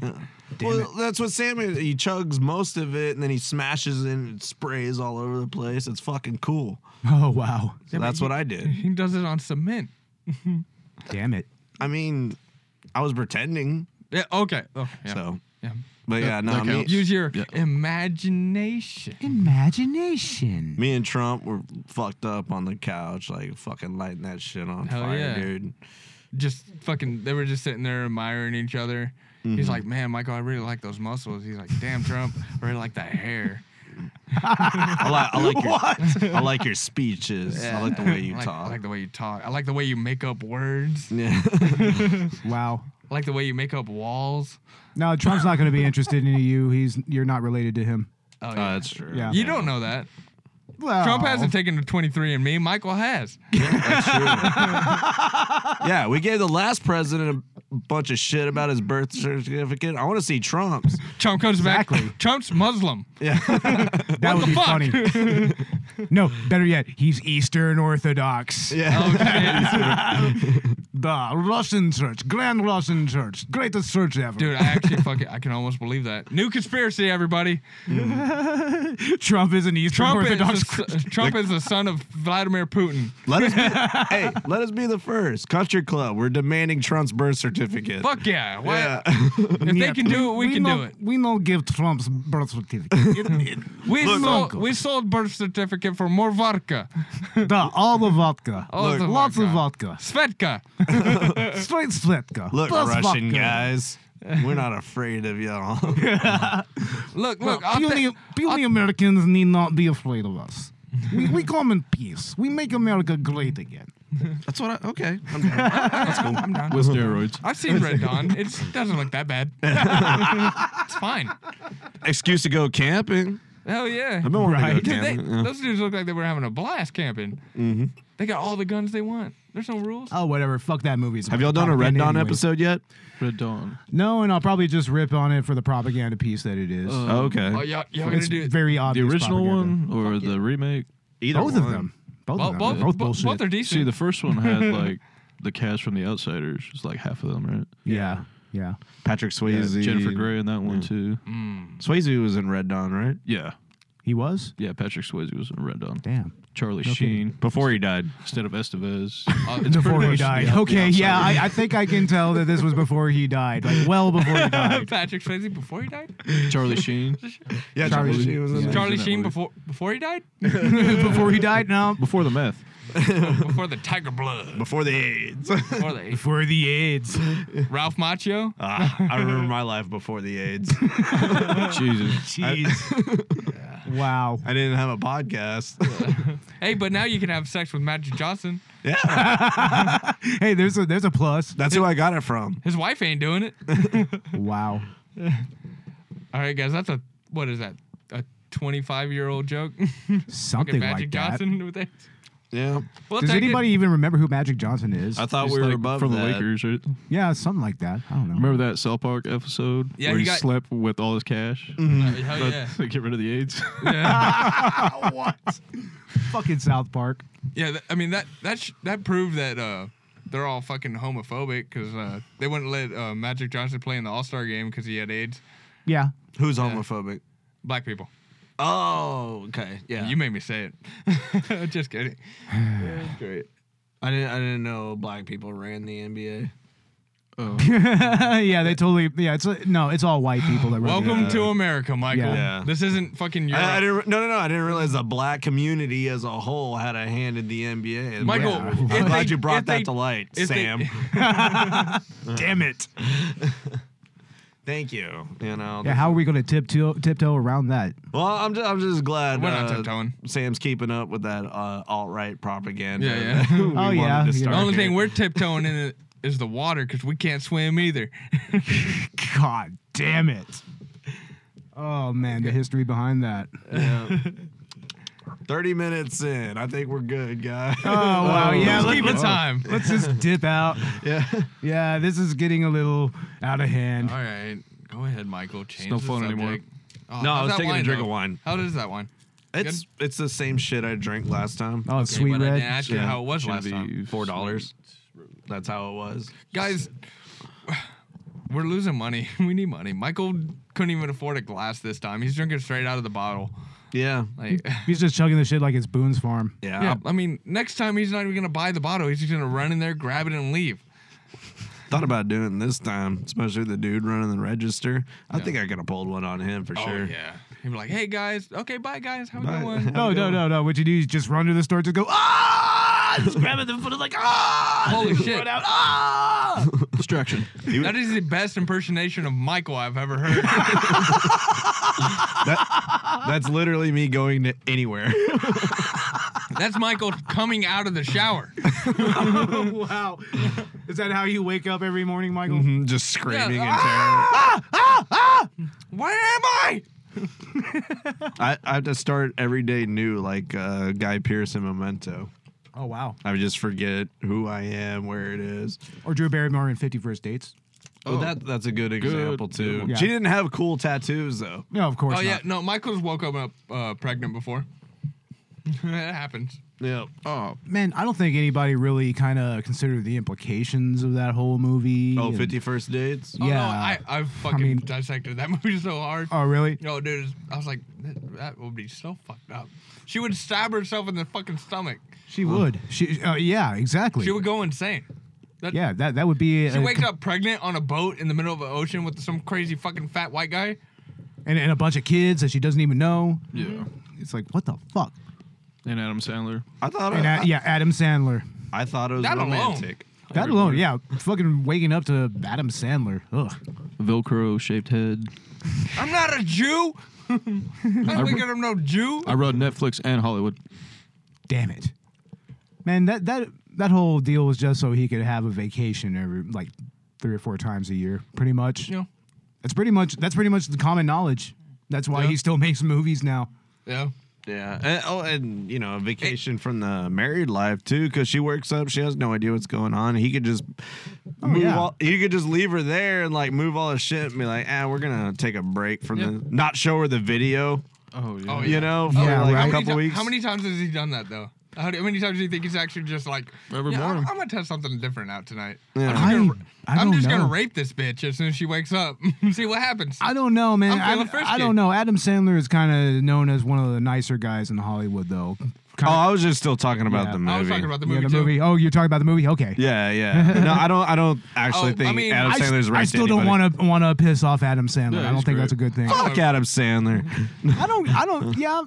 Damn
well, that's what Sam is. He chugs most of it and then he smashes it and sprays all over the place. It's fucking cool.
Oh wow.
So that's what I did.
He does it on cement.
Damn it.
I mean, I was pretending.
Yeah. Okay. Oh, yeah.
So,
yeah.
but yeah, no,
that
me,
counts.
Use your
Yeah.
imagination.
Imagination.
me and Trump were fucked up on the couch, like fucking lighting that shit on
Hell
fire,
yeah.
dude.
Just fucking. They were just sitting there admiring each other.
Mm-hmm.
He's like, man, Michael, I really like those muscles. He's like, damn, Trump, I really like that hair.
I like, I like your, I like your speeches. I like the way you
I like,
talk.
I like the way you talk. I like the way you make up words.
yeah.
Wow.
I like the way you make up walls.
No, Trump's not going to be interested in you. He's you're not related to him.
Oh,
Uh,
yeah.
that's true.
Yeah.
you don't know that.
Well,
Trump hasn't taken a 23 and me. Michael has.
That's true. yeah, we gave the last president a bunch of shit about his birth certificate. I want to see Trump's.
Trump comes
Exactly.
back. Trump's Muslim.
Yeah.
that
what
would
the
be
fuck?
funny. no, better yet, he's Eastern Orthodox.
Oh,
yeah.
Okay.
The Russian Church, Grand Russian Church, greatest church ever.
Dude, I actually fucking I can almost believe that. New conspiracy, everybody.
Trump is an Eastern
Trump is
Orthodox.
the, s- Trump is the son of Vladimir Putin.
Let us be, hey, let us be the first. Country Club, we're demanding Trump's birth certificate.
Fuck yeah! Why-
Yeah.
If they can do it, we, can
no,
do it.
We no give Trump's birth certificate. It-
We
Look-
sold
Look.
we sold birth certificate for more vodka,
it- the, all the vodka.
All Look. the
lots of
vodka.
vodka.
Svetka.
Straight Svetka.
Look,
plus
Russian
vodka.
guys, we're not afraid of y'all.
Look,
Well,
look, I'll ta-
puny, puny Americans need not be afraid of us. We, we come in peace. We make America great again.
That's what I. Okay. I'm down.
Oh, I'm done.
With steroids.
I've seen Red Dawn. It doesn't look that bad. it's fine.
Excuse to go camping.
Hell yeah.
I've been wanting
Right.
to go
Dude, they,
camping. yeah.
those dudes look like they were having a blast camping. They got all the guns they want. There's no rules.
Mm-hmm. Oh, whatever. Fuck that movie. It's
Have y'all done a Red
propaganda
Dawn
anyway.
episode yet?
Red Dawn.
No, and I'll probably just rip on it for the propaganda piece that it is.
Uh,
Oh, okay.
Oh, y'all, y'all gonna
it's
do
very
The
obvious.
original
propaganda.
one or the remake?
Either
Both of
one.
them. Both
Well,
of them.
both-
They're both
bo- both
bullshit.
are decent.
See, the first one had like the cast from The Outsiders. It's like half of them, right?
yeah. Yeah.
Patrick
Yeah,
Swayze.
Jennifer Grey in that one too.
Mm.
Swayze was in Red Dawn, right?
Yeah,
He was?
yeah. Patrick Swayze was in Red Dawn.
Damn.
Charlie
Okay.
Sheen
Before he died.
instead of Estevez.
Uh,
Before he
much
died.
the out-
okay,
the
yeah, I, I think I can tell that this was before he died. Like, well before he died.
Patrick Swayze before he died?
Charlie Sheen.
Yeah,
Charlie Sheen.
was in
Yeah.
there.
Charlie
that
Sheen
movie.
before before he died?
before he died? No.
Before the meth.
before the Tiger Blood.
Before the AIDS.
Before the
Before the AIDS.
Ralph Macchio.
Ah, I remember my life before the AIDS.
Jesus.
Jeez. wow.
I didn't have a podcast.
Hey, but now you can have sex with Magic Johnson.
yeah,
Hey, there's a there's a plus.
that's who I got it from.
His wife ain't doing it.
Wow.
All right, guys, that's a what is that? A 25 year old joke?
Something
Fucking
like
Magic
that.
Johnson with it.
Yeah,
We'll
Does
take it.
anybody even remember who Magic Johnson is?
I thought
He's,
we were
like,
above
from
that.
the Lakers, right?
yeah, something like that. I don't know.
Remember that South Park episode
Yeah,
where
he
he,
got-
slept with all his cash?
Hell
But-
yeah.
to get rid of the AIDS.
what? Fucking South Park.
Yeah, th- I mean that that sh- that proved that uh, they're all fucking homophobic because uh, they wouldn't let uh, Magic Johnson play in the All Star game because he had AIDS.
Yeah.
Who's homophobic?
Black people.
Oh, okay, yeah.
You made me say it. Just kidding.
great. I didn't. I didn't know black people ran the NBA.
Oh,
yeah, they totally. Yeah, it's no, it's all white people that. run the
Welcome
internet.
to America, Michael.
uh, Yeah.
Yeah.
This isn't fucking Europe.
I, I didn't. re- No, no, no. I didn't realize the black community as a whole had a hand in the NBA. And
Michael,
yeah.
if
I'm
they-
glad you brought
if
that
they-
to light,
if they-
Sam.
Damn it!
Thank you. You know.
Yeah, how are we going to tiptoe tiptoe around that?
well, I'm just, I'm just glad
We're not
uh,
tiptoeing.
Sam's keeping up with that uh, alt right propaganda.
Yeah, yeah.
that we
Oh,
wanted
yeah,
to
you
start
the only
here.
thing we're tiptoeing in it is the water because we can't swim either.
God damn it! Oh man, the history behind that.
Yeah. Thirty minutes in, I think we're good, guys. Um,
Oh wow, yeah.
Let's
let-
keep it time.
Let's just dip out.
yeah.
Yeah, this is getting a little out of hand.
All right, go ahead, Michael. Change
no
the
fun
subject.
anymore.
Oh,
No, I
how's
was
that
taking a
wine,
drink
though?
of wine.
How does that wine?
It's it's the same shit I drank last time.
Oh, it's
Okay,
sweet
but I didn't
red.
ask you
Yeah.
how it was last
Genevieve
time,
Four dollars. That's how it was.
guys. We're losing money. We need money. Michael couldn't even afford a glass this time. He's drinking straight out of the bottle.
Yeah.
Like,
He's just chugging the shit like it's Boone's farm.
Yeah.
yeah. I mean, next time he's not even gonna buy the bottle. He's just gonna run in there, grab it, and leave.
I thought about doing this time, especially the dude running the register. I think I could have pulled one on him for sure.
Oh yeah. He'd be like, "Hey guys, okay, bye guys, have a
Bye.
good one."
No, no, no, no. What you do is just run to the store, just go, ah! Just grab it, the foot, like, ah!
Holy
Just
shit.
run out, ah!
distraction.
That is the best impersonation of Michael I've ever heard.
That's literally me going to anywhere.
That's Michael coming out of the shower.
wow. Is that how you wake up every morning, Michael?
Mm-hmm.
Just screaming
Yeah.
in terror.
Where am I?
I, I have to start every day new, like uh, Guy Pearce and Memento.
Oh, wow.
I would just forget who I am, where it is.
Or Drew Barrymore in 50 First Dates.
Oh, that that's a good example
good
too.
one.
Yeah.
She didn't have cool tattoos though.
No, of course
Oh yeah,
not.
no, Michael's woke up uh, pregnant before. that happens.
Yeah.
Oh,
Man, I don't think anybody really kind of considered the implications of that whole movie.
Oh,
and-
51st dates.
Oh, no,
Yeah.
I, I fucking
mean-
dissected that movie so hard.
Oh, really?
No, dude, I was like, that, that would be so fucked up. She would stab herself in the fucking stomach.
She would. She, uh, yeah, exactly.
She would go insane. That,
yeah, that, that would be.
She
a-
wakes up pregnant on a boat in the middle of the ocean with some crazy fucking fat white guy.
And, and a bunch of kids that she doesn't even know.
yeah.
It's like, what the fuck?
And Adam Sandler.
I thought
And
I,
a- yeah, Adam Sandler.
I thought it was
That alone.
romantic.
That alone, yeah, fucking waking up to Adam Sandler. Ugh.
Velcro shaped head.
I'm not a Jew. I don't think I'm no Jew.
I run Netflix and Hollywood.
Damn it, man. That that that whole deal was just so he could have a vacation every like three or four times a year, pretty much.
You know?
That's pretty much that's pretty much the common knowledge. That's why
Yeah.
he still makes movies now.
Yeah.
Yeah. And, oh, and you know, a vacation from the married life too, because she works up. She has no idea what's going on. He could just move.
Oh, yeah.
All, he could just leave her there and like move all his shit and be like, ah, we're gonna take a break from
Yeah.
the. Not show her the video.
Oh yeah.
Oh, yeah.
You know, for
yeah,
like
right.
a
many
couple
ti-
weeks.
How many times has he done that though? How, do- how many times do you think he's actually just like
Every
"Yeah, I'm-
morning.
I'm, gonna test something different out tonight.
Yeah.
I'm just, gonna, ra-
I
I'm
don't
just
know.
gonna rape this bitch as soon as she wakes up. See what happens.
I don't know, man.
I'm feeling
I, I
frisky.
don't know. Adam Sandler is kind of known as one of the nicer guys in Hollywood, though.
Oh,
Kinda-
I was just still talking about
Yeah.
the movie.
I was talking about the movie
yeah, the
too.
movie. Oh, you're talking about the movie. Okay.
yeah, yeah. No, I don't. I don't actually
Oh, I
think
mean,
Adam
I, s-
Sandler's right.
I still don't
want
want to want to piss off Adam Sandler.
Yeah,
I don't
he's
think that's a good thing.
Fuck Adam Sandler.
I don't. I don't. Yeah,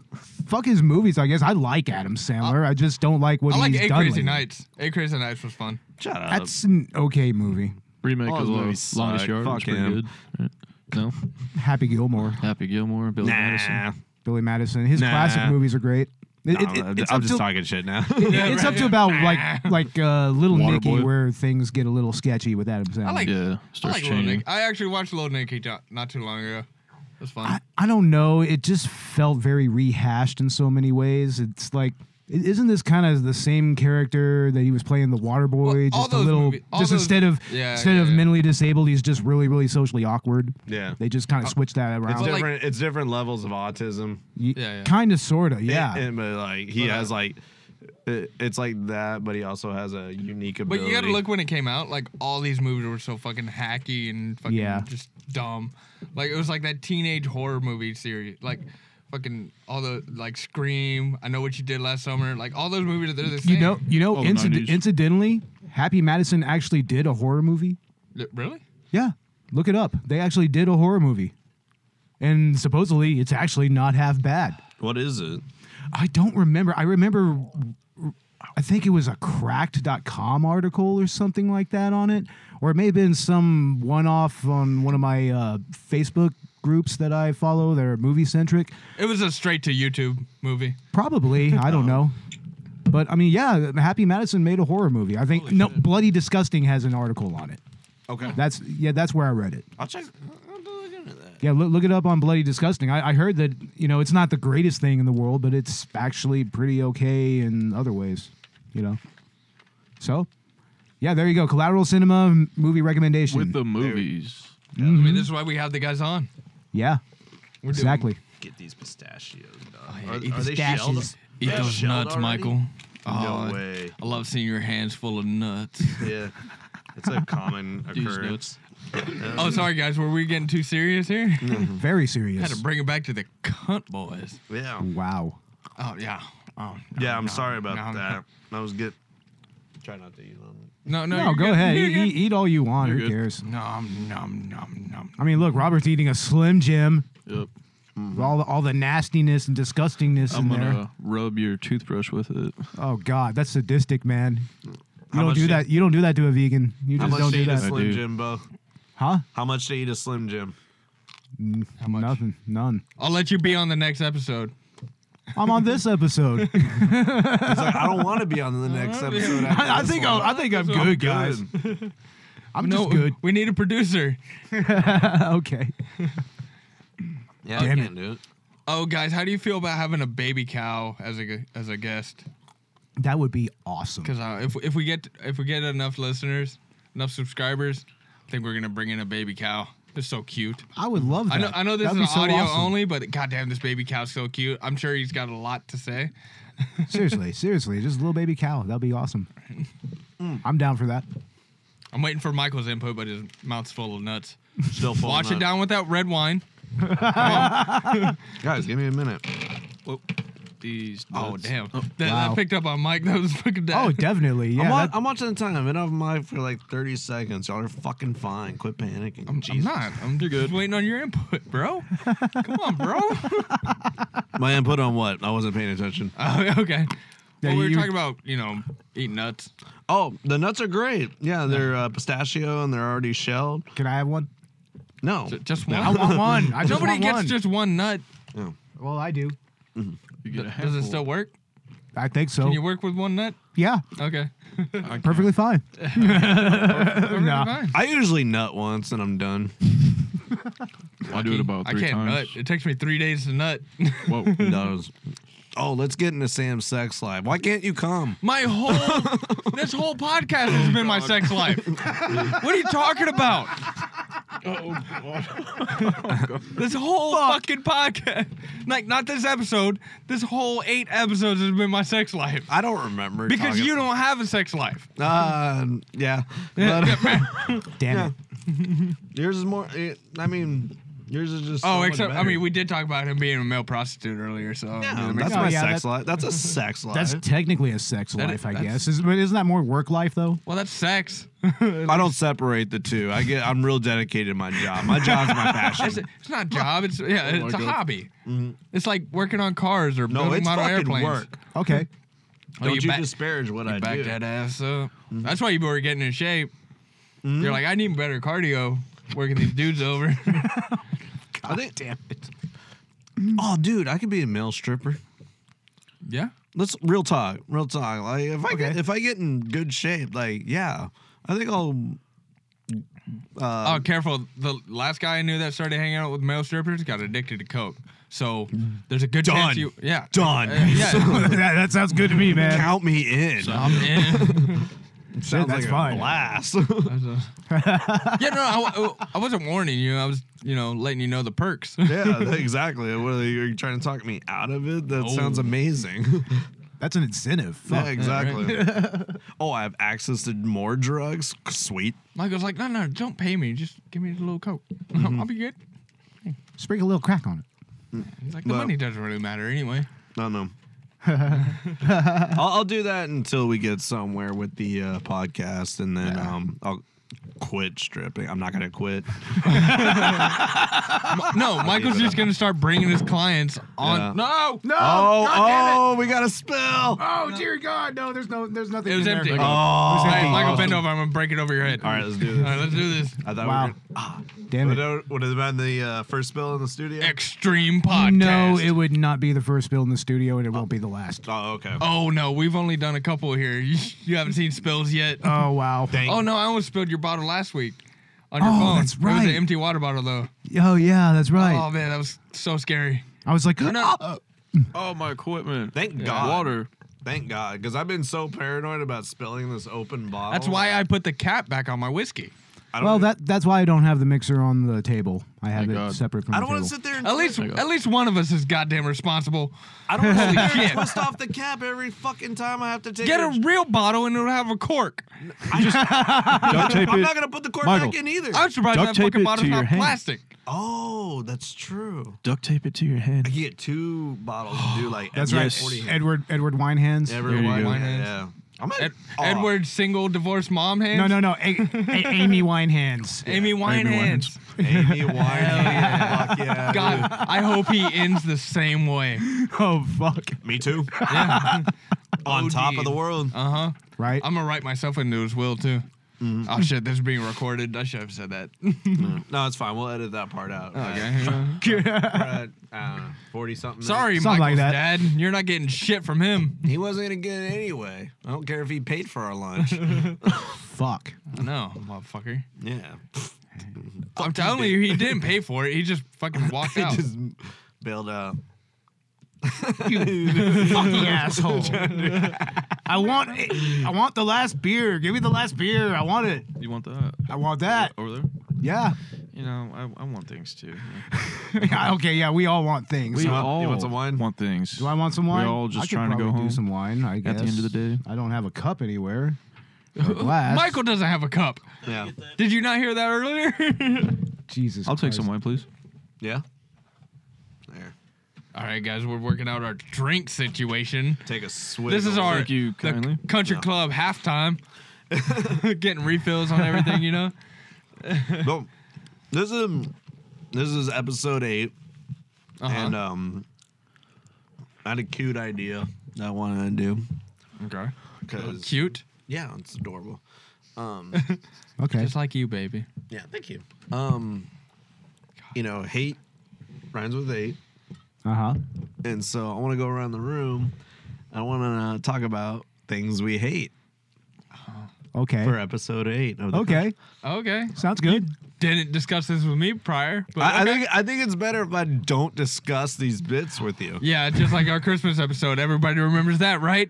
fuck his movies. I guess I like Adam Sandler. I just don't like what
I like
he's
Eight
done.
Crazy
lately.
Nights. Eight Crazy Nights was fun.
Shut up.
That's an okay movie.
Remake
All
of
his
Lo-
movies
Oh, Longest
suck.
Yard was
Fuck
pretty
him.
good. Right. No.
Happy Gilmore,
Happy Gilmore, Billy
nah.
Madison.
Billy Madison. His
Nah.
classic movies are great.
No,
It- it- it- it's
I'm
up
just
to-
talking shit now.
Yeah,
It's
right,
up to
yeah.
about like like uh, Little
Waterboy.
Nicky where things get a little sketchy with Adam Sandler. I,
like-
Yeah.
I
Starts
like Little
changing.
Nick. I actually watched Little Nicky not, not too long ago. It was fun.
I, don't know. It just felt very rehashed in so many ways. It's like. i- Isn't this kind of the same character that he was playing the Water Boy?
Well, all
just a
those
little,
movie- all
just
those-
instead of
Yeah,
instead
yeah,
of
yeah.
mentally disabled, he's just really, really socially awkward.
yeah.
They just kind of switched that
It's
around.
Uh, like-
different. it's different levels of autism.
Yeah, yeah.
Kind of, sort of, yeah.
And, but like he
But, uh,
has like, it, it's like that, but he also has a unique
But
ability.
you gotta look when it came out. Like all these movies were so fucking hacky and fucking
Yeah.
just dumb. Like it was like that teenage horror movie series. Like fucking all the like Scream. I know what you did last summer. Like all those movies. They're the same.
you know, you know.
Oh, the
inci-
90s.
incidentally, Happy Madison actually did a horror movie.
Th- Really?
Yeah, look it up. They actually did a horror movie, and supposedly it's actually not half bad.
What is it?
I don't remember. I remember. I think it was a cracked.com article or something like that on it, or it may have been some one off on one of my uh, Facebook groups that I follow that are movie centric.
It was a straight to YouTube movie.
Probably. I don't know. But I mean, yeah, Happy Madison made a horror movie. I think no, Bloody Disgusting has an article on it.
Okay,
That's yeah, that's where I read it.
I'll check. I'll have to look into that.
Yeah, look, look it up on Bloody Disgusting. I, I heard that you know it's not the greatest thing in the world, but it's actually pretty okay in other ways. You know, so yeah, there you go. Collateral Cinema m- movie recommendation.
With the movies.
Mm-hmm.
I mean, this is why we have the guys on.
yeah,
We're doing-
exactly.
Get these pistachios. Dog.
yeah,
Are-
eat
are they
pistachios.
shelled?
Eat
Are they
those
shelled
nuts,
already?
Michael.
No
Oh,
way.
I love seeing your hands full of nuts.
Yeah, it's a common
These
occurrence.
notes.
oh, sorry guys, were we getting too serious here?
Very serious.
Had to bring it back to the cunt boys.
Yeah,
wow.
Oh yeah. Oh, no,
yeah. I'm
no,
sorry about
no,
that. I was good. Try not to eat on
No, no.
No,
you're
go
good.
ahead.
You're
Eat,
good.
eat, eat all you want.
You're
Who
good.
cares?
Nom nom nom nom.
I mean, look, Robert's eating a Slim Jim.
Yep.
All the, all the nastiness and disgustingness
I'm
in there.
gonna rub your toothbrush with it.
Oh God, that's sadistic, man. You
How
don't
much
do
do-
that. You don't do that to a vegan. You
it. How
just
much
don't
to
do
eat a
that,
I
Slim
do.
Jim, Bo?
huh?
How much to eat a Slim Jim?
How much?
Nothing. None.
I'll let you be on the next episode.
I'm on this episode.
It's like, I don't want to be on the next
wanna be
episode.
on-
after
I, I
this
think
one.
I'm, I think I'm
So
good,
I'm
guys.
Good.
I'm
No,
just good.
Oh, we need a producer.
okay.
Yeah,
Damn
I can't do it.
Oh, guys, how do you feel about having a baby cow as a gu- as a guest?
That would be awesome.
Because uh, if if we get if we get enough listeners, enough subscribers, I think we're gonna bring in a baby cow. They're so cute.
I would love that.
I know I know this
That'd
is
be so
audio
awesome.
only, but goddamn, this baby cow's so cute. I'm sure he's got a lot to say.
seriously, seriously, just a little baby cow. That'd be awesome.
Mm.
I'm down for that.
I'm waiting for Michael's input, but his mouth's full of nuts.
Still full
Wash it
enough.
down with that red wine.
guys. Give me a minute.
Whoa. These.
Oh
nuts.
damn,
Oh,
that,
Wow.
that picked up on Mike. That was fucking dead.
Oh, definitely. Yeah.
I'm, wa-
that-
I'm watching the time. I've been off mic for like 30 seconds. Y'all are fucking fine. Quit panicking.
I'm, I'm
Jesus.
not. I'm just waiting on your input, bro. Come on, bro.
My input on what? I wasn't paying attention.
Oh,
Yeah,
okay. well, we were
you-
talking about, you know, eating nuts.
Oh, the nuts are great. Yeah, they're uh, pistachio and they're already shelled.
Can I have one?
No,
Ju- Just
I
one.
want one. I just
Nobody
want
gets
one.
just one nut.
Well, I do.
You get a
Does it
handful.
still work?
I think so.
Can you work with one nut?
yeah,
Okay. Uh,
perfectly fine.
Nah.
I usually nut once and I'm done.
I do it about
I
three
can't
times.
nut. It takes me three days to nut.
Whoa.
Does. Oh, let's get into Sam's sex life. Why can't you come?
My whole this whole podcast has been my sex life. what are you talking about?
Oh,
This whole fucking podcast, like not this episode. This whole eight episodes has been my sex life
I don't remember
because
talking-
you don't have a sex life.
Uh, yeah, but
Damn
Yeah.
it.
yours is more. It, I mean, yours is just. so
Oh,
much
except I
better.
mean, we did talk about him being a male prostitute earlier, so I
Yeah,
mean,
that's
Oh,
my
yeah,
sex
that-
life. That's a sex life.
That's technically a sex
That-
life, I
that's-
guess. Is, but isn't that more work life though?
well, that's sex.
I don't separate the two. I get. I'm real dedicated to my job. My job's my
It's,
passion.
it's not a job. It's yeah,
Oh
my
it's a
God.
hobby. It's like working on cars or
Mm-hmm. No,
building
it's
model
fucking
airplanes.
work.
Okay.
Oh,
Don't you,
back,
disparage what
you
I
back
do.
that ass up.
Mm-hmm.
That's why you were getting in shape. You're like, I need better cardio. Working these dudes over.
I think. Damn it. Oh, dude, I could be a male stripper.
yeah.
Let's real talk, real talk. Like if I get
Okay.
if I get in good shape, like yeah, I think I'll.
oh, careful. The last guy I knew that started hanging out with male strippers got addicted to coke. So there's a good
Mm. Done.
chance you. Yeah.
Done.
Uh, yeah.
that, that sounds good to me, man.
Count me in.
I'm in.
Sounds
that's
like
fine.
a blast.
yeah, no, I, oh, I- I wasn't warning you. I was, you know, letting you know the perks.
yeah, exactly. What are you you're trying to talk me out of it?
Oh.
That sounds amazing.
That's an incentive. Fuck.
yeah, exactly. oh, I have access to more drugs. Sweet.
Michael's like, no, no, don't pay me. Just give me a little coke. I'll be good.
Sprinkle a little crack on it.
He's like, the
Well-
money doesn't really matter anyway.
No, no. I'll, I'll do that until we get somewhere with the uh, podcast, and then um, I'll quit stripping. I'm not gonna quit.
No, Michael's just gonna start bringing his clients on.
Yeah.
No,
No.
oh,
God
oh, we got a spill.
damn it. oh, dear God. No, there's no, there's nothing.
It was
in there.
empty.
Okay.
Oh,
Who's that
Hey,
thing?
Michael, bend over. I'm gonna break it over your head.
All right, let's do this.
All right, let's do this.
I thought
Wow.
we were. Gonna, ah,
Damn
would
it.
it, would it have been the uh, first spill in the studio?
Extreme podcast.
Oh, No, it would not be the first build in the studio, and it won't be the last.
Oh, okay.
Oh no, we've only done a couple here. You, you haven't seen spills yet.
Oh wow.
Dang.
Oh no, I almost spilled your bottle last week on your
Oh,
phone.
that's
It was
right.
an empty water bottle though.
Oh yeah, that's
Oh
right.
man, that was so scary.
I was like,
No.
"Oh."
Oh, my equipment.
Thank God.
Water.
Thank God, because I've been so paranoid about spilling this open bottle.
That's why I put the cap back on my whiskey.
I
"Oh, well,
don't-
that that's why I don't have the mixer on the table. I have
Thank
it
God.
separate from
I
the
don't want
table.
to sit there and
At least,
There you go.
at least one of us is goddamn responsible.
I don't want to
Holy shit.
twist off the cap every fucking time I have to take.
Get
a-
a real bottle and it'll have a cork.
Duct tape
I'm
it.
not gonna put the cork
Michael.
back in either.
I'm surprised
Duct
that
tape
fucking
it
bottle's
to your
not
hand.
plastic.
oh, that's true.
Duct tape it to your
I
hand.
can get two bottles and do like
That's
every
right.
Yes.
40 hands.
Edward Edward Winehands.
Every
There you
one,
go.
yeah, yeah. I'm at,
Ed-
oh,
Edward's single divorced mom hands.
No, no, no. A- A- Amy Winehands.
Amy Winehands.
Amy Winehouse.
yeah.
Fuck yeah.
God, I hope he ends the same way.
Oh fuck.
dude. Me too.
Yeah.
On
OD.
top of the world.
Uh huh.
Right.
I'm gonna write myself into his will too. Oh shit, this is being recorded. I should have said that.
No, it's fine. We'll edit that part out.
Okay.
We're at forty something.
Sorry,
Something like
Michael's
that.
dad. You're not getting shit from him.
he wasn't gonna get it anyway. I don't care if he paid for our lunch.
fuck.
No, motherfucker.
yeah,
I'm telling you, he didn't pay for it. He just fucking walked out.
just bailed out.
Fucking asshole. I want it. I want the last beer. Give me the last beer. I want it.
You want that?
I want that.
Over there?
Yeah.
You know, I, I want things too.
Yeah, okay. Yeah. We all want things.
want- you want some wine?
want things.
do I want some
We're
wine?
all just
I could
trying to go
probably
home
Do some wine. I guess.
at the end of the day.
I don't have a cup anywhere. or a glass.
Michael doesn't have a cup.
Yeah,
Did you not hear that earlier?
Jesus.
I'll take
Christ.
some wine, please.
yeah. There,
All right, guys, we're working out our drink situation.
take a swig.
This is
of-
our
Thank you
the
kindly.
country
No.
club halftime. Getting refills on everything, you know.
Boom. This is this is episode 8
Uh-huh.
and um, I had a cute idea that I wanted to do
okay.
because
Cute,
yeah, it's adorable. Um,
Okay.
just like you, baby.
yeah, thank you. Um, you know, hate rhymes with eight.
Uh huh.
And so I want to go around the room. I want to talk about things we hate
Okay.
for episode eight. Of the
Okay.
Okay.
Sounds good.
Didn't discuss this with me prior, but
I, I
okay.
think I think it's better if I don't discuss these bits with you.
yeah, just like our Christmas episode, everybody remembers that, right?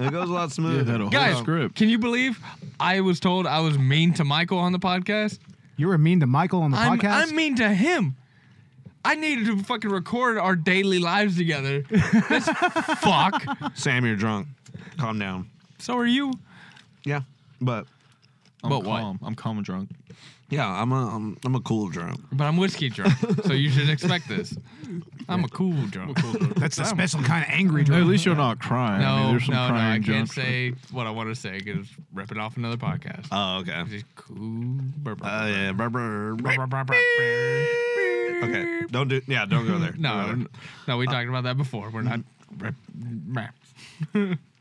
It goes a lot
Yeah,
smoother.
that whole
Guys,
script.
can you believe I was told I was mean to Michael on the podcast?
You were mean to Michael on the
I'm,
podcast.
I'm mean to him. I needed to fucking record our daily lives together. This fuck.
Sam, you're drunk. Calm down.
So are you.
Yeah, but
I'm
But what?
calm. I'm calm and drunk.
yeah, I'm a I'm, I'm a cool drunk.
But I'm whiskey drunk, so you should expect this. I'm a cool drunk.
That's a special kind of angry
Hey, at
drink.
least you're not crying. I mean,
No,
there's
no,
some
no, I
crying
can't
jokes, but-
say what I want to say because ripping off another podcast.
Oh, okay.
Just cool. Brr, brr,
Uh, yeah. brr, brr,
brr,
brr.
brr, brr, brr, brr.
Okay. Uh, Don't do. Yeah. Don't go there.
No,
Don't go there.
no, we talked about that before. We're not.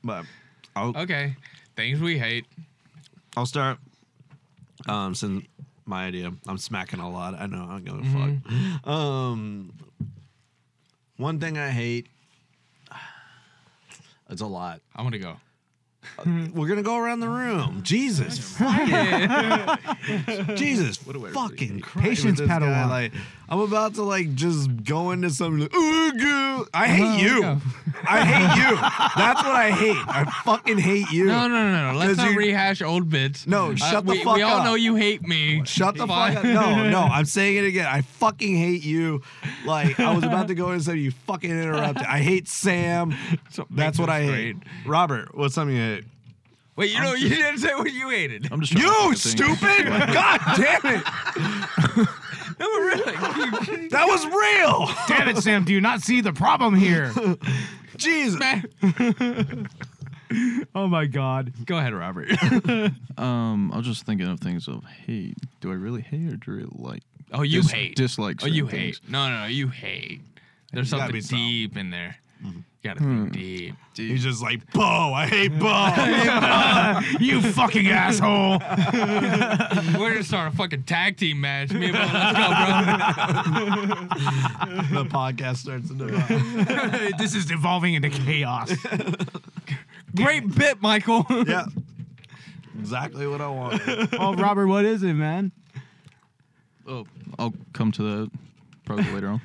But I'll
Okay, things we hate.
I'll start. Um, since my idea, I'm smacking a lot. I know I don't give a
Mm-hmm.
fuck. Um, one thing I hate. It's a lot.
I'm gonna go.
We're gonna go around the room. Jesus, Jesus, fucking Christ
Patience,
with this guy.
Padawan.
Like, I'm about to like just go into some. Ooh, goo. I hate
Oh,
you.
yeah.
I hate you. That's what I hate. I fucking hate you.
No, no, no, no. Let's
'Cause
not
you-
rehash old bits. Uh,
No, shut the
we,
fuck
We all
up.
know you hate me.
Shut the
Fine.
fuck up. No, no, I'm saying it again. I fucking hate you. Like, I was about to go in and say you fucking interrupted. I hate Sam.
So-
That's what I
That's
hate.
great.
Robert, what's something you hate?
Wait, you know you didn't say what you hated.
I'm just trying to
You
think of things.
stupid! God damn it!
No, really.
That was real!
Damn it, Sam. Do you not see the problem here?
Jesus.
Man.
Oh my god.
Go ahead, Robert.
Um, I was just thinking of things of hate. Do I really hate or do I really like?
oh, you
Dis-
hate.
dislike
Oh, you
certain
hate. No, no, no, you hate. There's
gotta
something
be some.
deep in there. You gotta think deep.
He's just like, Bo, I hate Bo.
you fucking asshole.
We're gonna start a fucking tag team match. Me and Bo, let's go,
the podcast starts to divide.
this is evolving into chaos.
bro. Great bit, Michael.
Yeah. Exactly what I wanted.
Oh, Robert, what is it, man?
oh,
I'll come to that probably later on.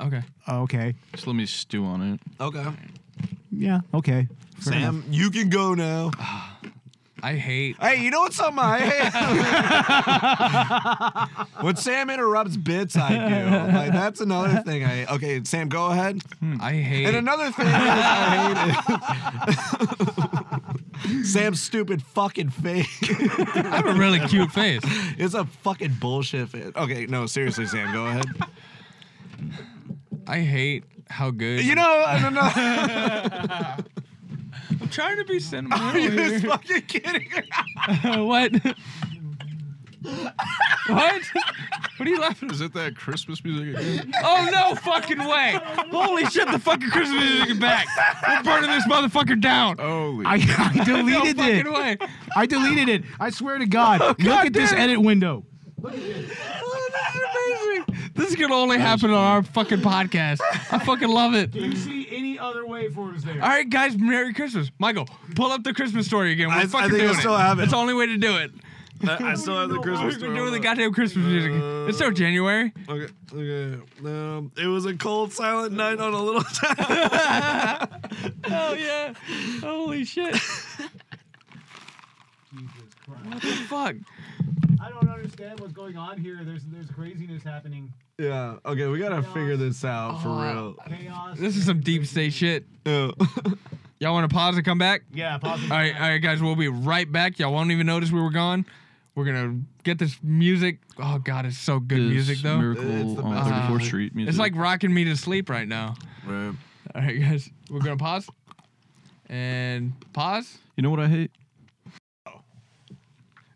okay.
Oh, okay.
Just let me stew on it.
Okay.
Yeah, okay. Fair enough.
Sam, you can go now.
I hate.
Hey, you know what's something I hate? when Sam interrupts bits, I do. Like that's another thing I okay, Sam, go ahead.
I hate.
And another thing that I hate is Sam's stupid fucking face.
I have a really cute face.
It's a fucking bullshit face. Okay, no, seriously, Sam, go ahead.
I hate how good.
You know, I don't know.
I'm trying to
Are
be
you just
sentimental.
fucking kidding?
what? what? What are you laughing?
Is it that Christmas music again?
Oh no fucking way! Holy shit, the fucking Christmas music is back! We're burning this motherfucker down!
Holy.
I, I
no
deleted
fucking
it.
way!
I deleted it. I swear to God. Look
God
at this
damn it.
edit window.
This is amazing! This can only happen on our fucking podcast. I fucking love it.
see any other waveforms there?
All right, guys, Merry Christmas. Michael, pull up the Christmas story again. We're
I- I
fucking
think I
doing
still
it.
have it.
It's the only way to do it.
I still have the
We're
Christmas
doing the goddamn Christmas music. It's so January.
Okay, okay. Um, it was a cold, silent night on a little town.
Oh yeah! Holy shit! What the fuck?
I don't understand what's going on here. There's there's craziness happening.
Yeah. Okay, we gotta figure this out for
Oh.
real.
Chaos.
This is some deep state shit.
Yeah.
Y'all want to pause and come back?
Yeah, possibly.
All right, all right, guys, we'll be right back. Y'all won't even notice we were gone. We're gonna get this music. Oh God, it's so good
Is
music though.
It's
Miracle
the
on
best.
34th
Uh,
Street music.
It's like rocking me to sleep right now. All right, guys, we're gonna pause and pause.
You know what I hate?